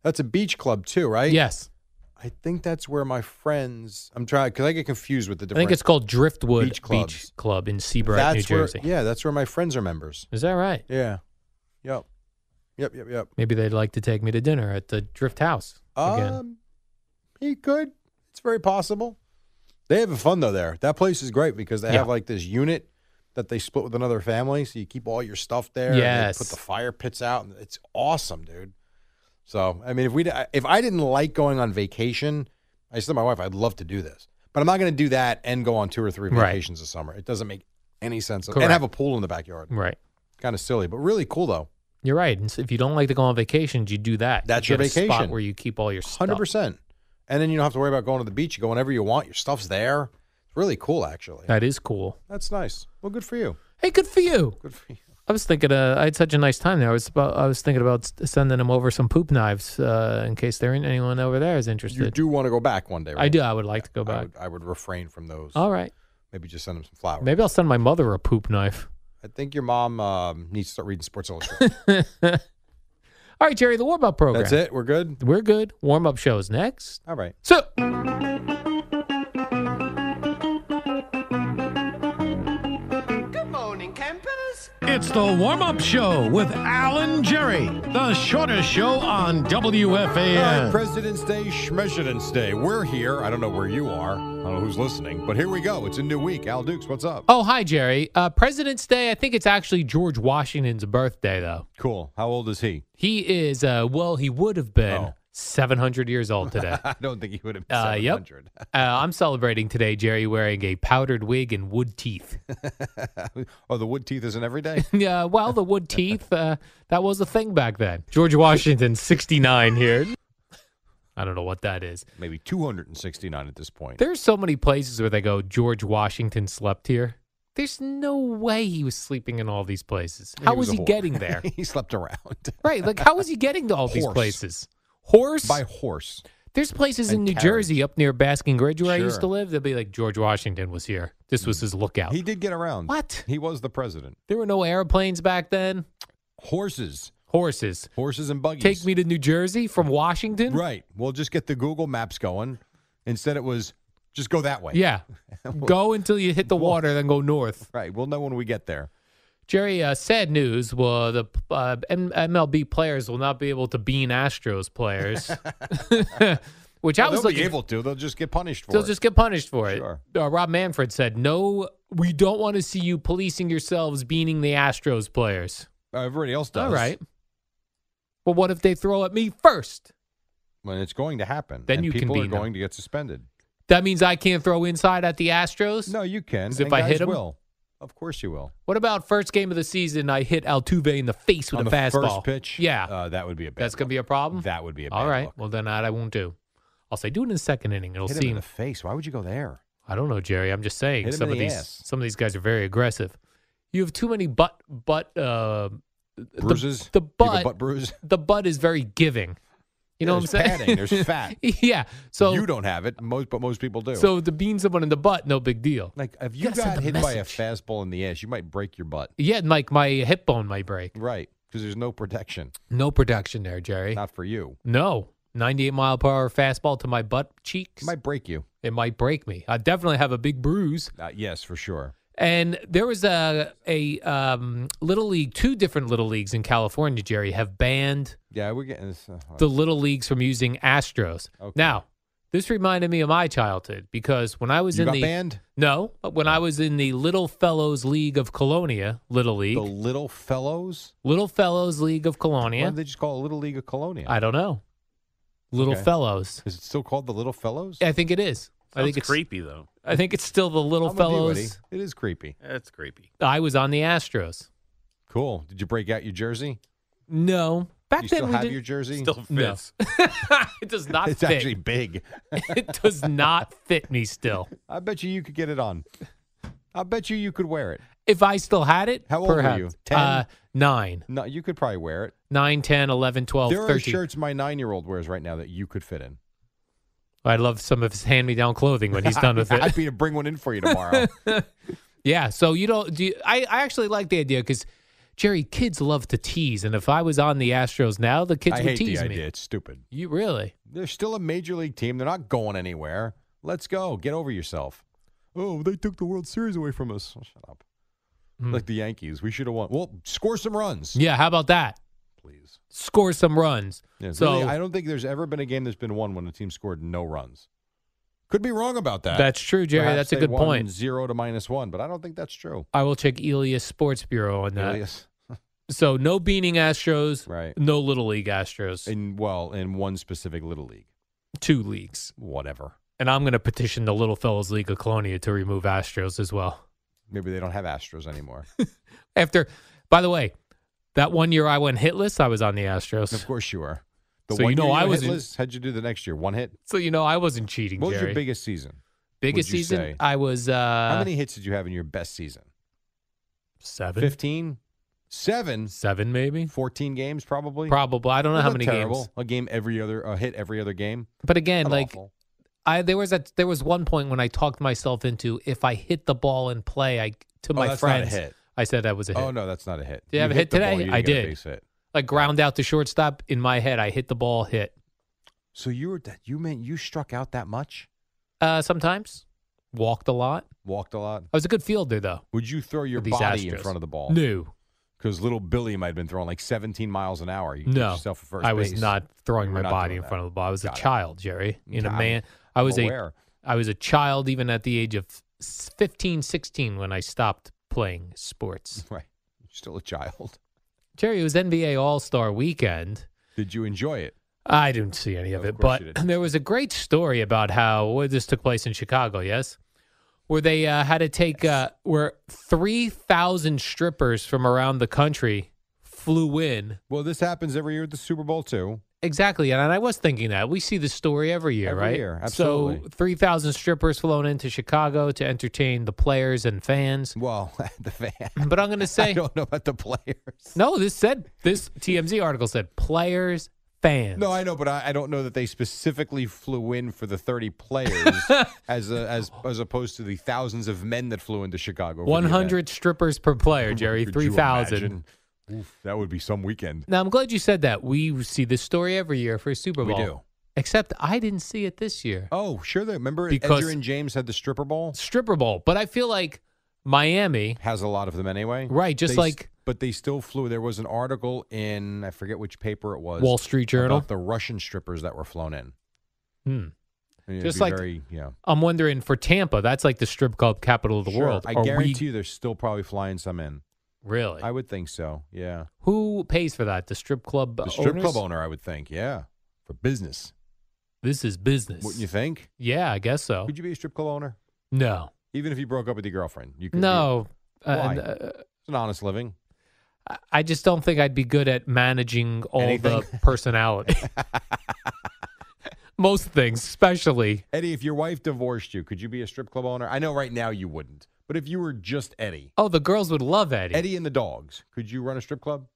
[SPEAKER 4] that's a beach club too, right?
[SPEAKER 2] Yes,
[SPEAKER 4] I think that's where my friends. I'm trying because I get confused with the
[SPEAKER 2] I
[SPEAKER 4] different.
[SPEAKER 2] think it's called Driftwood Beach,
[SPEAKER 4] Beach clubs.
[SPEAKER 2] Club in Seabright,
[SPEAKER 4] that's
[SPEAKER 2] New
[SPEAKER 4] where,
[SPEAKER 2] Jersey.
[SPEAKER 4] Yeah, that's where my friends are members.
[SPEAKER 2] Is that right?
[SPEAKER 4] Yeah. Yep. Yep. Yep. Yep.
[SPEAKER 2] Maybe they'd like to take me to dinner at the Drift House again.
[SPEAKER 4] Um, he could. It's very possible. They have fun though there. That place is great because they
[SPEAKER 2] Yeah.
[SPEAKER 4] have like this unit that they split with another family, so you keep all your stuff there. and they
[SPEAKER 2] Yes.
[SPEAKER 4] put the fire pits out. and It's awesome, dude. So I mean, if we if I didn't like going on vacation, I said to my wife, I'd love to do this, but I'm not going to do that and go on two or three
[SPEAKER 2] Right.
[SPEAKER 4] vacations this summer. It doesn't make any sense.
[SPEAKER 2] Correct.
[SPEAKER 4] And have a pool in the backyard.
[SPEAKER 2] Right.
[SPEAKER 4] Kind of silly, but really cool though.
[SPEAKER 2] You're right. And so if you don't like to go on vacations, you do that. You
[SPEAKER 4] That's your
[SPEAKER 2] get a spot
[SPEAKER 4] vacation.
[SPEAKER 2] where you keep all your stuff.
[SPEAKER 4] Hundred percent. And then you don't have to worry about going to the beach. You go whenever you want. Your stuff's there. It's really cool, actually.
[SPEAKER 2] That is cool.
[SPEAKER 4] That's nice. Well, good for you.
[SPEAKER 2] Hey, good for you.
[SPEAKER 4] Good for you.
[SPEAKER 2] I was thinking. Uh, I had such a nice time there. I was about. I was thinking about s- sending them over some poop knives uh, in case there ain't anyone over there is interested.
[SPEAKER 4] You do want to go back one day. Right?
[SPEAKER 2] I do. I would like to go
[SPEAKER 4] I
[SPEAKER 2] back.
[SPEAKER 4] would, I would refrain from those.
[SPEAKER 2] All right.
[SPEAKER 4] Maybe just send them some flowers.
[SPEAKER 2] Maybe I'll send my mother a poop knife.
[SPEAKER 4] I think your mom um, needs to start reading
[SPEAKER 2] (laughs)
[SPEAKER 4] Sports Illustrated.
[SPEAKER 2] All right, Jerry. The warm up program.
[SPEAKER 4] That's it. We're good.
[SPEAKER 2] We're good. Warm up shows next.
[SPEAKER 4] All right.
[SPEAKER 2] So.
[SPEAKER 5] It's the warm up show with Alan Jerry, the shortest show on
[SPEAKER 4] All
[SPEAKER 5] WFAN.
[SPEAKER 4] right, President's Day, Schmesident's Day. We're here. I don't know where you are. I don't know who's listening, but here we go. It's a new week. Al Dukes, what's up?
[SPEAKER 2] Oh, hi, Jerry. Uh, President's Day. I think it's actually George Washington's birthday, though.
[SPEAKER 4] Cool. How old is he? (laughs)
[SPEAKER 2] He is. Uh, well, he would have been
[SPEAKER 4] Oh.
[SPEAKER 2] 700 years old
[SPEAKER 4] (laughs)
[SPEAKER 2] today.
[SPEAKER 4] I don't think he would have been
[SPEAKER 2] Uh, yep.
[SPEAKER 4] 700.
[SPEAKER 2] Uh, I'm celebrating today, Jerry, wearing a powdered wig and wood teeth.
[SPEAKER 4] (laughs) oh, the wood teeth isn't every day?
[SPEAKER 2] (laughs) Yeah, well, the wood teeth, uh, that was a thing back then. George Washington, 69 here. I don't know what that is.
[SPEAKER 4] Maybe 269 at this point.
[SPEAKER 2] There's so many places where they go, George Washington slept here. There's no way he was sleeping in all these places. How was
[SPEAKER 4] was a
[SPEAKER 2] he
[SPEAKER 4] whore.
[SPEAKER 2] getting
[SPEAKER 4] (laughs)
[SPEAKER 2] there?
[SPEAKER 4] he slept around
[SPEAKER 2] (laughs) right, like how was he getting to all these
[SPEAKER 4] Horse.
[SPEAKER 2] places? Horse?
[SPEAKER 4] by horse.
[SPEAKER 2] There's places in
[SPEAKER 4] and
[SPEAKER 2] New
[SPEAKER 4] carriage.
[SPEAKER 2] Jersey up near Basking Ridge where I used
[SPEAKER 4] Sure. Mm.
[SPEAKER 2] to live. They'll be like, George Washington was here. This was his lookout.
[SPEAKER 4] He did get around.
[SPEAKER 2] What?
[SPEAKER 4] He was the president.
[SPEAKER 2] There were no airplanes back then.
[SPEAKER 4] Horses,
[SPEAKER 2] Horses.
[SPEAKER 4] horses and buggies.
[SPEAKER 2] Take me to New Jersey from Washington?
[SPEAKER 4] Right. We'll just get the Google Maps going. Instead, it was just go that way. (laughs)
[SPEAKER 2] Yeah. go until you hit the water, then go north.
[SPEAKER 4] Right. We'll know when we get there.
[SPEAKER 2] Jerry, uh, sad news. Well, the uh, M- MLB players will not be able to bean Astros
[SPEAKER 4] (laughs)
[SPEAKER 2] players, (laughs) which I was
[SPEAKER 4] they'll be
[SPEAKER 2] looking.
[SPEAKER 4] able to. They'll just get punished for
[SPEAKER 2] they'll
[SPEAKER 4] it.
[SPEAKER 2] just get punished for
[SPEAKER 4] Sure.
[SPEAKER 2] it. Uh, Rob Manfred said, "No, we don't want to see you policing yourselves beaning the Astros players."
[SPEAKER 4] Uh, Everybody else does.
[SPEAKER 2] All right. Well, what if they throw at me first?
[SPEAKER 4] When it's going to happen.
[SPEAKER 2] Then
[SPEAKER 4] and
[SPEAKER 2] you can
[SPEAKER 4] people are
[SPEAKER 2] beat them.
[SPEAKER 4] going to get suspended.
[SPEAKER 2] That means I can't throw inside at the Astros.
[SPEAKER 4] No, you can.
[SPEAKER 2] 'Cause if
[SPEAKER 4] and
[SPEAKER 2] I
[SPEAKER 4] guys
[SPEAKER 2] hit 'em-
[SPEAKER 4] will. Of course you will.
[SPEAKER 2] What about first game of the season? I hit Altuve in the face with
[SPEAKER 4] On
[SPEAKER 2] a
[SPEAKER 4] the
[SPEAKER 2] fastball.
[SPEAKER 4] first pitch.
[SPEAKER 2] Yeah,
[SPEAKER 4] Uh, that would be a bad
[SPEAKER 2] that's gonna be
[SPEAKER 4] look.
[SPEAKER 2] a problem.
[SPEAKER 4] That would be a bad
[SPEAKER 2] All right.
[SPEAKER 4] look.
[SPEAKER 2] Well, then that I won't do. I'll say do it in the second inning. It'll
[SPEAKER 4] Hit him in
[SPEAKER 2] seem.
[SPEAKER 4] the face. Why would you go there?
[SPEAKER 2] I don't know, Jerry. I'm just saying
[SPEAKER 4] Hit him
[SPEAKER 2] some
[SPEAKER 4] in
[SPEAKER 2] of
[SPEAKER 4] the
[SPEAKER 2] these
[SPEAKER 4] ass.
[SPEAKER 2] some of these guys are very aggressive. You have too many butt butt uh, the-
[SPEAKER 4] Bruises.
[SPEAKER 2] The,
[SPEAKER 4] You have a
[SPEAKER 2] butt,
[SPEAKER 4] butt (laughs) bruise.
[SPEAKER 2] the butt is very giving. You know
[SPEAKER 4] There's
[SPEAKER 2] what I'm saying? (laughs)
[SPEAKER 4] padding, there's (laughs) fat.
[SPEAKER 2] yeah. So
[SPEAKER 4] you don't have it, most but most people do.
[SPEAKER 2] so to bean someone in the butt, no big deal.
[SPEAKER 4] like if you
[SPEAKER 2] Gotta send
[SPEAKER 4] got
[SPEAKER 2] the
[SPEAKER 4] hit by a
[SPEAKER 2] message.
[SPEAKER 4] fastball in the ass, you might break your butt.
[SPEAKER 2] Yeah, like my hip bone might break.
[SPEAKER 4] Right. Because there's no protection.
[SPEAKER 2] No production there, Jerry.
[SPEAKER 4] Not for you.
[SPEAKER 2] No. 98 mile per hour fastball to my butt cheeks.
[SPEAKER 4] It might break you.
[SPEAKER 2] it might break me. I definitely have a big bruise.
[SPEAKER 4] Uh, yes, for sure.
[SPEAKER 2] And there was a a um, little league. Two different little leagues in California, Jerry, have banned
[SPEAKER 4] Yeah, we're getting this. Uh,
[SPEAKER 2] the little leagues from using Astros.
[SPEAKER 4] Okay.
[SPEAKER 2] Now, this reminded me of my childhood because when I was
[SPEAKER 4] you
[SPEAKER 2] in
[SPEAKER 4] got
[SPEAKER 2] the
[SPEAKER 4] banned?
[SPEAKER 2] no, but when I was in the Little Fellows League of Colonia, Little League,
[SPEAKER 4] The Little Fellows?
[SPEAKER 2] Little Fellows League of
[SPEAKER 4] Why
[SPEAKER 2] Colonia.
[SPEAKER 4] did they just call it Little League of Colonia?
[SPEAKER 2] I don't know, Little
[SPEAKER 4] Okay.
[SPEAKER 2] Fellows.
[SPEAKER 4] Is it still called the Little Fellows?
[SPEAKER 2] I think it is. I think
[SPEAKER 6] Sounds
[SPEAKER 2] it's
[SPEAKER 6] creepy though.
[SPEAKER 2] I think it's still the Little
[SPEAKER 4] I'm with you, buddy.
[SPEAKER 2] Fellows.
[SPEAKER 4] It is creepy.
[SPEAKER 6] That's creepy.
[SPEAKER 2] I was on the Astros.
[SPEAKER 4] Cool. Did you break out your jersey?
[SPEAKER 2] No, back
[SPEAKER 4] you
[SPEAKER 2] then
[SPEAKER 4] still
[SPEAKER 2] we
[SPEAKER 4] have
[SPEAKER 2] didn't.
[SPEAKER 4] your jersey?
[SPEAKER 6] Still
[SPEAKER 2] No.
[SPEAKER 6] fits.
[SPEAKER 2] (laughs) it does not
[SPEAKER 4] (laughs) it's
[SPEAKER 2] fit.
[SPEAKER 4] actually big.
[SPEAKER 2] it does not fit me still.
[SPEAKER 4] I bet you you could get it on. I'll bet you you could wear it.
[SPEAKER 2] If I still had it,
[SPEAKER 4] How old were
[SPEAKER 2] perhaps.
[SPEAKER 4] you? 10?
[SPEAKER 2] Uh, nine.
[SPEAKER 4] No, you could probably wear it.
[SPEAKER 2] Nine, 10, 11, 12,
[SPEAKER 4] there
[SPEAKER 2] 13.
[SPEAKER 4] are shirts my nine-year-old wears right now that you could fit in.
[SPEAKER 2] I love some of his hand me down clothing when he's done
[SPEAKER 4] (laughs)
[SPEAKER 2] with it.
[SPEAKER 4] I'd be to bring one in for
[SPEAKER 2] (laughs)
[SPEAKER 4] you tomorrow.
[SPEAKER 2] Yeah. So you don't. Do you, I? I actually like the idea because Jerry, kids love to tease, and if I was on the Astros now, the kids
[SPEAKER 4] I
[SPEAKER 2] would
[SPEAKER 4] hate the
[SPEAKER 2] tease
[SPEAKER 4] idea.
[SPEAKER 2] me.
[SPEAKER 4] It's stupid.
[SPEAKER 2] You really?
[SPEAKER 4] They're still a major league team. They're not going anywhere. Let's go. Get over yourself. Oh, they took the World Series away from us. Oh, shut up. Like the Yankees, we should have won. Well, score some runs,
[SPEAKER 2] Hmm. Yeah. How about that?
[SPEAKER 4] please.
[SPEAKER 2] Score some runs.
[SPEAKER 4] Yeah,
[SPEAKER 2] so
[SPEAKER 4] really, I don't think there's ever been a game that's been won when a team scored no runs. Could be wrong about that.
[SPEAKER 2] that's true, Jerry.
[SPEAKER 4] Perhaps
[SPEAKER 2] that's a
[SPEAKER 4] they
[SPEAKER 2] good
[SPEAKER 4] won
[SPEAKER 2] point.
[SPEAKER 4] Zero to minus one, but I don't think that's true.
[SPEAKER 2] I will check Elias Sports Bureau on that.
[SPEAKER 4] Elias.
[SPEAKER 2] So no beaning Astros.
[SPEAKER 4] Right.
[SPEAKER 2] No little league Astros.
[SPEAKER 4] In well, in one specific little league,
[SPEAKER 2] Two leagues.
[SPEAKER 4] whatever.
[SPEAKER 2] And I'm going to petition the Little Fellas League of Colonia to remove Astros as well.
[SPEAKER 4] Maybe they don't have
[SPEAKER 2] (laughs)
[SPEAKER 4] Astros anymore.
[SPEAKER 2] After, by the way, that one year I went hitless, I was on the Astros.
[SPEAKER 4] of course you are.
[SPEAKER 2] So you know
[SPEAKER 4] year
[SPEAKER 2] I was
[SPEAKER 4] hit
[SPEAKER 2] in-
[SPEAKER 4] list, how'd you do the next year? One hit.
[SPEAKER 2] So you know I wasn't cheating,
[SPEAKER 4] What was
[SPEAKER 2] Jerry.
[SPEAKER 4] your biggest season?
[SPEAKER 2] Biggest
[SPEAKER 4] would you
[SPEAKER 2] season,
[SPEAKER 4] say?
[SPEAKER 2] I was uh,
[SPEAKER 4] How many hits did you have in your best season?
[SPEAKER 2] seven,
[SPEAKER 4] 15? 7?
[SPEAKER 2] seven maybe,
[SPEAKER 4] 14 games probably?
[SPEAKER 2] probably. I don't know
[SPEAKER 4] That's
[SPEAKER 2] how
[SPEAKER 4] not
[SPEAKER 2] many
[SPEAKER 4] terrible.
[SPEAKER 2] games,
[SPEAKER 4] A game every other, a hit every other game.
[SPEAKER 2] but again,
[SPEAKER 4] Not
[SPEAKER 2] like
[SPEAKER 4] awful.
[SPEAKER 2] I there was a there was one point when I talked myself into if I hit the ball in play, I to
[SPEAKER 4] Oh,
[SPEAKER 2] my
[SPEAKER 4] that's not a
[SPEAKER 2] friends,
[SPEAKER 4] hit.
[SPEAKER 2] I said that was a hit.
[SPEAKER 4] Oh, no, that's not a hit.
[SPEAKER 2] Did I have a
[SPEAKER 4] hit
[SPEAKER 2] hit
[SPEAKER 4] the ball,
[SPEAKER 2] today?
[SPEAKER 4] you
[SPEAKER 2] I
[SPEAKER 4] didn't get a
[SPEAKER 2] did.
[SPEAKER 4] base hit.
[SPEAKER 2] Like ground out to shortstop in my head, I hit the ball, hit.
[SPEAKER 4] So you were, that- you meant you struck out that much?
[SPEAKER 2] Uh, sometimes walked a lot.
[SPEAKER 4] Walked a lot?
[SPEAKER 2] I was a good fielder though.
[SPEAKER 4] Would you throw your
[SPEAKER 2] for these
[SPEAKER 4] body in
[SPEAKER 2] Astros.
[SPEAKER 4] front of the ball?
[SPEAKER 2] No,
[SPEAKER 4] Because little Billy might have been throwing like 17 miles an hour. You could get
[SPEAKER 2] no.
[SPEAKER 4] yourself a first
[SPEAKER 2] I was
[SPEAKER 4] base.
[SPEAKER 2] not throwing
[SPEAKER 4] You
[SPEAKER 2] my
[SPEAKER 4] were not
[SPEAKER 2] body
[SPEAKER 4] doing
[SPEAKER 2] in
[SPEAKER 4] that.
[SPEAKER 2] front of the ball. I was
[SPEAKER 4] Got
[SPEAKER 2] a
[SPEAKER 4] it.
[SPEAKER 2] child, Jerry. In a
[SPEAKER 4] Yeah, I'm-
[SPEAKER 2] man, I was
[SPEAKER 4] I'm
[SPEAKER 2] a
[SPEAKER 4] aware. (laughs)
[SPEAKER 2] I was a child even at the age of s- 15, 16 when I stopped playing sports.
[SPEAKER 4] Right. You're still a child. (laughs)
[SPEAKER 2] Jerry, it was NBA All Star weekend.
[SPEAKER 4] Did you enjoy it?
[SPEAKER 2] I didn't see any of,
[SPEAKER 4] Of
[SPEAKER 2] it, (clears throat)
[SPEAKER 4] course
[SPEAKER 2] but
[SPEAKER 4] you didn't.
[SPEAKER 2] there was a great story about how well, this took place in Chicago, yes? Where they uh, had to take, uh, where 3,000 strippers from around the country flew in.
[SPEAKER 4] Well, this happens every year at the Super Bowl, too.
[SPEAKER 2] Exactly. And I was thinking that. We see this story every year,
[SPEAKER 4] Every
[SPEAKER 2] right?
[SPEAKER 4] year,
[SPEAKER 2] So
[SPEAKER 4] absolutely.
[SPEAKER 2] 3,000 strippers flown into Chicago to entertain the players and fans.
[SPEAKER 4] Well, (laughs) the fan.
[SPEAKER 2] But I'm
[SPEAKER 4] (laughs)
[SPEAKER 2] going to say.
[SPEAKER 4] I don't know about the players.
[SPEAKER 2] No, this said this TMZ article said players, fans.
[SPEAKER 4] No, I know, but I, I don't know that they specifically flew in for the 30
[SPEAKER 2] (laughs)
[SPEAKER 4] players as a, as as opposed to the thousands of men that flew into Chicago. for the
[SPEAKER 2] one
[SPEAKER 4] event.
[SPEAKER 2] hundred strippers per player,
[SPEAKER 4] Could
[SPEAKER 2] Jerry,
[SPEAKER 4] you
[SPEAKER 2] three thousand.
[SPEAKER 4] imagine? Oof, that would be some weekend.
[SPEAKER 2] Now I'm glad you said that. We see this story every year for Super
[SPEAKER 4] We
[SPEAKER 2] Bowl.
[SPEAKER 4] do.
[SPEAKER 2] Except I didn't see it this year.
[SPEAKER 4] Oh, sure. They, remember
[SPEAKER 2] Because-
[SPEAKER 4] Edger and James had the stripper bowl?
[SPEAKER 2] Stripper Bowl, but I feel like Miami.
[SPEAKER 4] Has a lot of them anyway.
[SPEAKER 2] Right, just
[SPEAKER 4] They s-
[SPEAKER 2] like-
[SPEAKER 4] But they still flew. There was an article in, I forget which paper it was.
[SPEAKER 2] Wall Street Journal?
[SPEAKER 4] About the Russian strippers that were flown in.
[SPEAKER 2] Hmm.
[SPEAKER 4] I mean, it'd
[SPEAKER 2] Just
[SPEAKER 4] be
[SPEAKER 2] like-
[SPEAKER 4] very, yeah.
[SPEAKER 2] I'm wondering for Tampa. That's like the strip club capital of the
[SPEAKER 4] Sure.
[SPEAKER 2] world.
[SPEAKER 4] I
[SPEAKER 2] Are we-
[SPEAKER 4] guarantee you they're still probably flying some in.
[SPEAKER 2] Really?
[SPEAKER 4] I would think so. Yeah.
[SPEAKER 2] Who pays for that? The strip club.
[SPEAKER 4] The strip
[SPEAKER 2] owners?
[SPEAKER 4] club owner, I would think. Yeah. For business.
[SPEAKER 2] This is business.
[SPEAKER 4] Wouldn't you think?
[SPEAKER 2] yeah, I guess so.
[SPEAKER 4] Could you be a strip club owner?
[SPEAKER 2] no.
[SPEAKER 4] Even if you broke up with your girlfriend, you could.
[SPEAKER 2] No.
[SPEAKER 4] Why?
[SPEAKER 2] and, uh,
[SPEAKER 4] It's an honest living.
[SPEAKER 2] I- I just don't think I'd be good at managing all the
[SPEAKER 4] Anything?
[SPEAKER 2] (laughs) personality.
[SPEAKER 4] (laughs)
[SPEAKER 2] Most things, especially.
[SPEAKER 4] Eddie, if your wife divorced you, could you be a strip club owner? I know right now you wouldn't, but if you were just Eddie,
[SPEAKER 2] Oh, the girls would love Eddie.
[SPEAKER 4] Eddie and the dogs, could you run a strip club?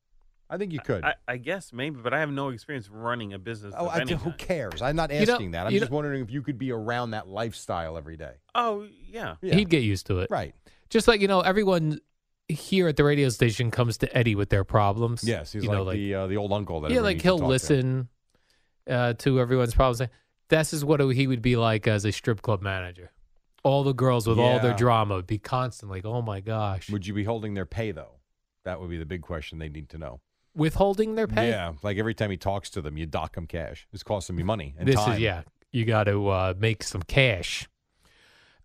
[SPEAKER 4] I think you could.
[SPEAKER 6] I, I guess maybe, but I have no experience running a business.
[SPEAKER 4] oh,
[SPEAKER 6] of
[SPEAKER 4] I,
[SPEAKER 6] any
[SPEAKER 4] who
[SPEAKER 6] kind.
[SPEAKER 4] cares? I'm not
[SPEAKER 2] You don't-
[SPEAKER 4] asking that. I'm
[SPEAKER 2] you
[SPEAKER 4] just
[SPEAKER 2] don't-
[SPEAKER 4] wondering if you could be around that lifestyle every day.
[SPEAKER 6] Oh, yeah.
[SPEAKER 4] Yeah.
[SPEAKER 2] He'd get used to it.
[SPEAKER 4] right.
[SPEAKER 2] Just like, you know, everyone here at the radio station comes to Eddie with their problems.
[SPEAKER 4] Yes, he's
[SPEAKER 2] you
[SPEAKER 4] like,
[SPEAKER 2] know,
[SPEAKER 4] the uh, the old uncle that.
[SPEAKER 2] yeah,
[SPEAKER 4] everybody
[SPEAKER 2] like
[SPEAKER 4] used to
[SPEAKER 2] he'll
[SPEAKER 4] talk to.
[SPEAKER 2] listen uh, to everyone's problems. This is what he would be like as a strip club manager. All the girls with all their
[SPEAKER 4] Yeah.
[SPEAKER 2] drama would be constantly, like, oh my gosh.
[SPEAKER 4] Would you be holding their pay though? That would be the big question they need to know.
[SPEAKER 2] Withholding their pay?
[SPEAKER 4] Yeah, like every time he talks to them, you dock him cash. It's costing me money and
[SPEAKER 2] this
[SPEAKER 4] time.
[SPEAKER 2] is yeah you got to uh, make some cash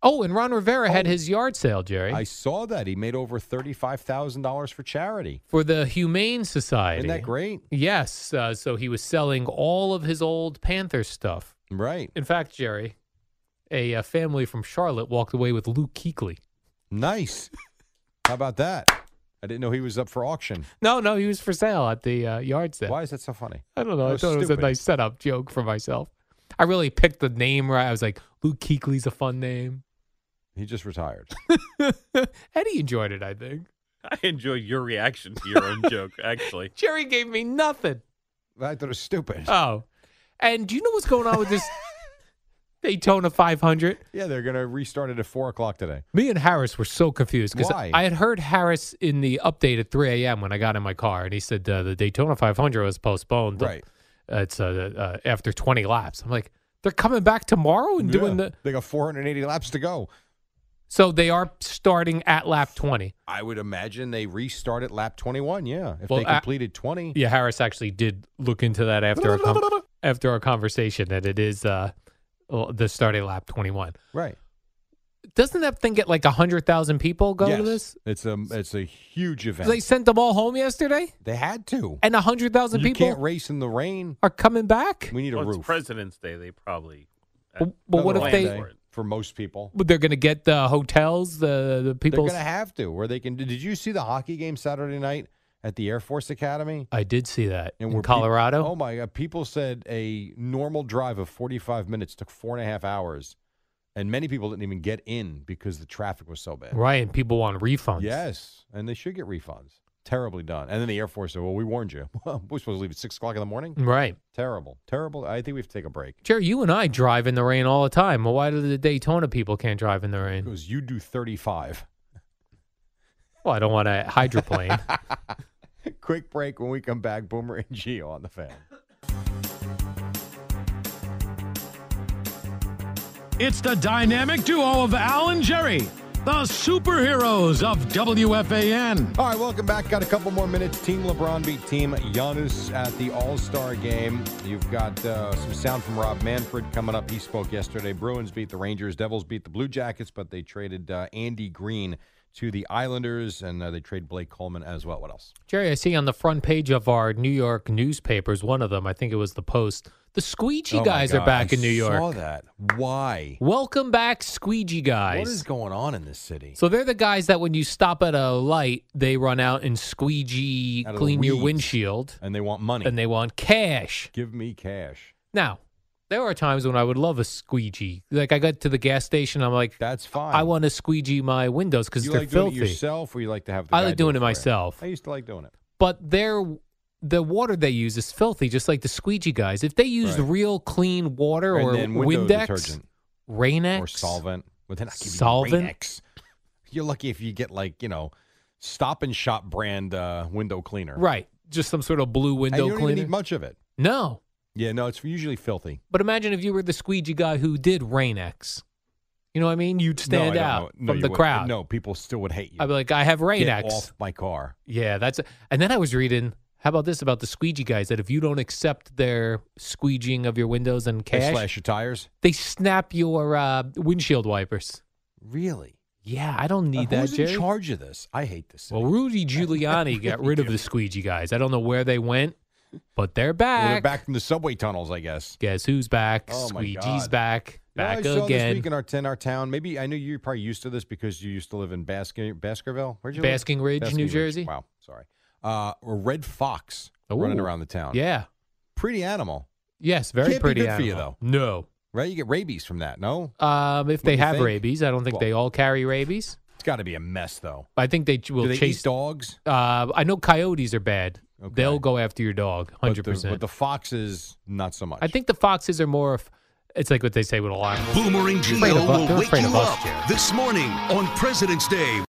[SPEAKER 2] oh and ron rivera had his yard sale jerry
[SPEAKER 4] I saw that he made over thirty-five thousand dollars for charity.
[SPEAKER 2] for the humane society
[SPEAKER 4] Isn't that great?
[SPEAKER 2] yes uh, so he was selling all of his old panther stuff
[SPEAKER 4] Right.
[SPEAKER 2] in fact jerry a, uh family from charlotte walked away with luke keekley
[SPEAKER 4] Nice. How about that? I didn't know he was up for auction.
[SPEAKER 2] no no he was for sale at the uh, yard sale
[SPEAKER 4] Why is that so funny?
[SPEAKER 2] i don't know
[SPEAKER 4] that
[SPEAKER 2] i
[SPEAKER 4] was
[SPEAKER 2] thought it was a
[SPEAKER 4] stupid.
[SPEAKER 2] nice setup joke for myself i really picked the name (laughs) right i was like luke keekley's a fun name
[SPEAKER 4] He just retired. (laughs)
[SPEAKER 2] Eddie enjoyed it, I think.
[SPEAKER 6] I enjoyed your reaction to your own
[SPEAKER 2] (laughs)
[SPEAKER 6] joke, actually.
[SPEAKER 2] Jerry gave me nothing.
[SPEAKER 4] I thought it was stupid. (laughs)
[SPEAKER 2] Oh, and do you know what's going on
[SPEAKER 6] (laughs)
[SPEAKER 2] with this Daytona 500?
[SPEAKER 4] yeah, they're going to restart it at four o'clock today.
[SPEAKER 2] Me and Harris were so confused because
[SPEAKER 4] Why?
[SPEAKER 2] I had heard Harris in the update at 3 a.m. when I got in my car, and he said uh, the Daytona 500 was postponed.
[SPEAKER 4] Right.
[SPEAKER 2] Uh, it's uh, uh, after 20 laps. I'm like, they're coming back tomorrow and doing
[SPEAKER 4] Yeah.
[SPEAKER 2] the.
[SPEAKER 4] They got 480 laps to go.
[SPEAKER 2] So they are starting at lap 20.
[SPEAKER 4] I would imagine they restart at lap 21. Yeah, if
[SPEAKER 2] Well,
[SPEAKER 4] they
[SPEAKER 2] I-
[SPEAKER 4] completed 20.
[SPEAKER 2] Yeah, Harris actually did look into that after our
[SPEAKER 4] (laughs)
[SPEAKER 2] com- after our conversation, and it is uh, well, the starting lap 21.
[SPEAKER 4] Right.
[SPEAKER 2] Doesn't that thing get like 100,000 people go to
[SPEAKER 4] Yes.
[SPEAKER 2] this?
[SPEAKER 4] It's a it's a huge event.
[SPEAKER 2] They sent them all home yesterday,
[SPEAKER 4] They had to.
[SPEAKER 2] and 100,000
[SPEAKER 4] you
[SPEAKER 2] people
[SPEAKER 4] can't race in the rain.
[SPEAKER 2] are coming back?
[SPEAKER 4] We need a
[SPEAKER 6] Well,
[SPEAKER 4] roof.
[SPEAKER 6] it's President's Day. They probably.
[SPEAKER 2] Well, but what
[SPEAKER 4] Another
[SPEAKER 2] if
[SPEAKER 6] plan
[SPEAKER 2] they
[SPEAKER 4] rain day For most people,
[SPEAKER 2] But they're going to get the hotels, the the
[SPEAKER 4] they're
[SPEAKER 2] people.
[SPEAKER 4] going to have to. Where they can. Did you see the hockey game Saturday night at the Air Force Academy?
[SPEAKER 2] I did see that
[SPEAKER 4] And
[SPEAKER 2] in
[SPEAKER 4] where peop-
[SPEAKER 2] Colorado.
[SPEAKER 4] oh my God! People said a normal drive of forty-five minutes took four and a half hours, and many people didn't even get in because the traffic was so bad.
[SPEAKER 2] right, and people want refunds.
[SPEAKER 4] Yes, and they should get refunds. Terribly done. And then the Air Force said, "Well, we warned you. (laughs) We're supposed to leave at six o'clock in the morning.
[SPEAKER 2] Right,
[SPEAKER 4] Terrible, terrible. I think we have to take a break
[SPEAKER 2] Jerry. You and I drive in the rain all the time. Well, why do the Daytona people can't drive in the rain?
[SPEAKER 4] because you do thirty-five. (laughs)
[SPEAKER 2] Well, I don't want to hydroplane.
[SPEAKER 4] Quick break. When we come back, Boomer and Geo on the fan.
[SPEAKER 5] (laughs) It's the dynamic duo of Al and Jerry, the superheroes of WFAN.
[SPEAKER 4] All right, welcome back. Got a couple more minutes. Team LeBron beat Team Giannis at the All Star game. You've got uh, some sound from Rob Manfred coming up. He spoke yesterday. Bruins beat the Rangers. Devils beat the Blue Jackets, but they traded uh, Andy Green to the Islanders, and uh, they trade Blake Coleman as well. What else?
[SPEAKER 2] Jerry, I see on the front page of our New York newspapers, one of them, I think it was the Post. The squeegee
[SPEAKER 4] Oh my
[SPEAKER 2] guys are
[SPEAKER 4] God,
[SPEAKER 2] back
[SPEAKER 4] I
[SPEAKER 2] in New
[SPEAKER 4] Saw
[SPEAKER 2] York.
[SPEAKER 4] that? Why?
[SPEAKER 2] Welcome back, squeegee guys.
[SPEAKER 4] What is going on in this city?
[SPEAKER 2] So they're the guys that when you stop at a light, they run out and squeegee,
[SPEAKER 4] Out of the
[SPEAKER 2] clean your
[SPEAKER 4] weeds.
[SPEAKER 2] windshield,
[SPEAKER 4] And they want money.
[SPEAKER 2] and they want cash.
[SPEAKER 4] give me cash.
[SPEAKER 2] Now, there are times when I would love a squeegee. Like I got to the gas station, I'm like,
[SPEAKER 4] That's fine.
[SPEAKER 2] I want to squeegee my windows because
[SPEAKER 4] You
[SPEAKER 2] they're
[SPEAKER 4] like
[SPEAKER 2] filthy.
[SPEAKER 4] doing it yourself, or you like to have? The
[SPEAKER 2] I
[SPEAKER 4] guy
[SPEAKER 2] like
[SPEAKER 4] do
[SPEAKER 2] doing it
[SPEAKER 4] for you?
[SPEAKER 2] myself.
[SPEAKER 4] I used to like doing it.
[SPEAKER 2] but their the water they use is filthy, just like the squeegee guys. If they used
[SPEAKER 4] Right.
[SPEAKER 2] real clean water
[SPEAKER 4] and
[SPEAKER 2] or
[SPEAKER 4] then window
[SPEAKER 2] Windex,
[SPEAKER 4] detergent.
[SPEAKER 2] Rain-X,
[SPEAKER 4] or solvent. Well, then I give
[SPEAKER 2] Solvent?
[SPEAKER 4] you Rain-X. You're lucky if you get like you know, Stop and Shop brand uh, window cleaner.
[SPEAKER 2] right? Just some sort of blue
[SPEAKER 4] And
[SPEAKER 2] window
[SPEAKER 4] you don't even
[SPEAKER 2] cleaner.
[SPEAKER 4] need much of it.
[SPEAKER 2] no,
[SPEAKER 4] Yeah, no, it's usually filthy.
[SPEAKER 2] but imagine if you were the squeegee guy who did Rain-X. You know what I mean? You'd
[SPEAKER 4] No, I
[SPEAKER 2] stand
[SPEAKER 4] don't
[SPEAKER 2] out
[SPEAKER 4] know. No,
[SPEAKER 2] from
[SPEAKER 4] you
[SPEAKER 2] the
[SPEAKER 4] wouldn't.
[SPEAKER 2] crowd.
[SPEAKER 4] No, people still would hate you.
[SPEAKER 2] I'd be like, I have Rain-X.
[SPEAKER 4] get off my car.
[SPEAKER 2] Yeah, that's and then I was reading how about this about the squeegee guys that if you don't accept their squeegeeing of your windows and
[SPEAKER 4] They
[SPEAKER 2] cash,
[SPEAKER 4] slash your tires.
[SPEAKER 2] they snap your uh, windshield wipers.
[SPEAKER 4] Really?
[SPEAKER 2] Yeah, I don't need
[SPEAKER 4] Uh,
[SPEAKER 2] that,
[SPEAKER 4] who's
[SPEAKER 2] Jerry.
[SPEAKER 4] in charge of this? I hate this.
[SPEAKER 2] well,
[SPEAKER 4] city.
[SPEAKER 2] Rudy
[SPEAKER 4] (laughs)
[SPEAKER 2] Giuliani got rid of the squeegee guys. I don't know where they went, but they're
[SPEAKER 4] Well,
[SPEAKER 2] back.
[SPEAKER 4] they're back from the subway tunnels, I guess.
[SPEAKER 2] Guess who's back?
[SPEAKER 4] Oh, my
[SPEAKER 2] Squeegee's
[SPEAKER 4] God.
[SPEAKER 2] back.
[SPEAKER 4] You know,
[SPEAKER 2] Back
[SPEAKER 4] I saw this
[SPEAKER 2] again.
[SPEAKER 4] week in our ten, our town. Maybe I know you're probably used to this because you used to live in Baskin, Baskerville. Where'd you live?
[SPEAKER 2] Basking Ridge, New
[SPEAKER 4] Basking Ridge.
[SPEAKER 2] Jersey.
[SPEAKER 4] Wow, sorry. Uh, a red fox running
[SPEAKER 2] Ooh.
[SPEAKER 4] around the town.
[SPEAKER 2] Yeah.
[SPEAKER 4] pretty animal,
[SPEAKER 2] Yes, very
[SPEAKER 4] Can't be
[SPEAKER 2] pretty
[SPEAKER 4] good for you,
[SPEAKER 2] animal. No.
[SPEAKER 4] right? You get rabies from that. No,
[SPEAKER 2] Um, if
[SPEAKER 4] do
[SPEAKER 2] they
[SPEAKER 4] you
[SPEAKER 2] have
[SPEAKER 4] think?
[SPEAKER 2] rabies, I don't think
[SPEAKER 4] Well-
[SPEAKER 2] they all carry rabies.
[SPEAKER 4] it's got to be a mess though.
[SPEAKER 2] I think they ch- will
[SPEAKER 4] Do they
[SPEAKER 2] chase
[SPEAKER 4] eat dogs?
[SPEAKER 2] Uh, I know coyotes are bad.
[SPEAKER 4] Okay.
[SPEAKER 2] They'll go after your dog,
[SPEAKER 4] But the-
[SPEAKER 2] hundred percent.
[SPEAKER 4] But the foxes, not so much.
[SPEAKER 2] I think the foxes are more of. It's like what they say with a lot.
[SPEAKER 7] Boomerang
[SPEAKER 2] Afraid
[SPEAKER 7] Geo
[SPEAKER 2] of us.
[SPEAKER 7] will
[SPEAKER 2] They're
[SPEAKER 7] wake
[SPEAKER 2] afraid
[SPEAKER 7] you
[SPEAKER 2] of us,
[SPEAKER 7] up
[SPEAKER 2] Jerry.
[SPEAKER 7] this morning on President's Day